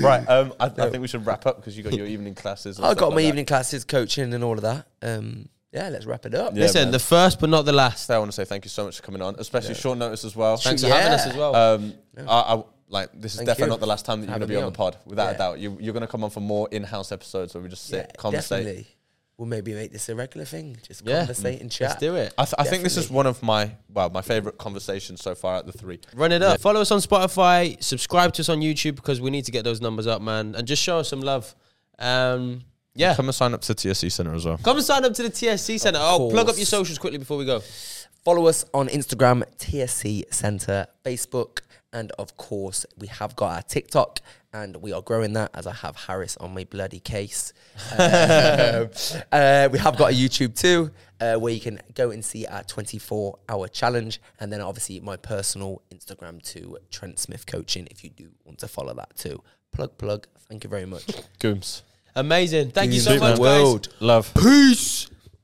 right. Um, I, I think we should wrap up because you got your evening classes. and I stuff got like my that. evening classes, coaching, and all of that. Um, yeah, let's wrap it up. Yeah, listen, man. the first but not the last. So I want to say thank you so much for coming on, especially short notice as well. Thanks Yeah. for having us as well. Um, I, I like this is Thank definitely you not the last time that you're going having to be me on the on. pod, without Yeah. a doubt. You, you're going to come on for more in-house episodes where we just sit, conversate. definitely. We'll maybe make this a regular thing. Just Yeah. conversate and chat. Let's do it. I, th- I think this is one of my well, my favorite conversations so far at the three. Run it up. Follow us on Spotify. Subscribe to us on YouTube because we need to get those numbers up, man. And just show us some love. Um, yeah. Come and sign up to TSC Center as well. Come and sign up to the TSC Centre. Oh, plug up course. your socials quickly before we go. Follow us on Instagram, TSC Centre, Facebook, and of course, we have got our TikTok, and we are growing that as I have Harris on my bloody case. Um, uh, we have got a YouTube too, uh, where you can go and see our 24 hour challenge, and then obviously my personal Instagram too, Trent Smith Coaching, if you do want to follow that too. Plug, plug. Thank you very much. Gooms. Amazing. Thank you so Sweet, much, man. guys. Love. Peace.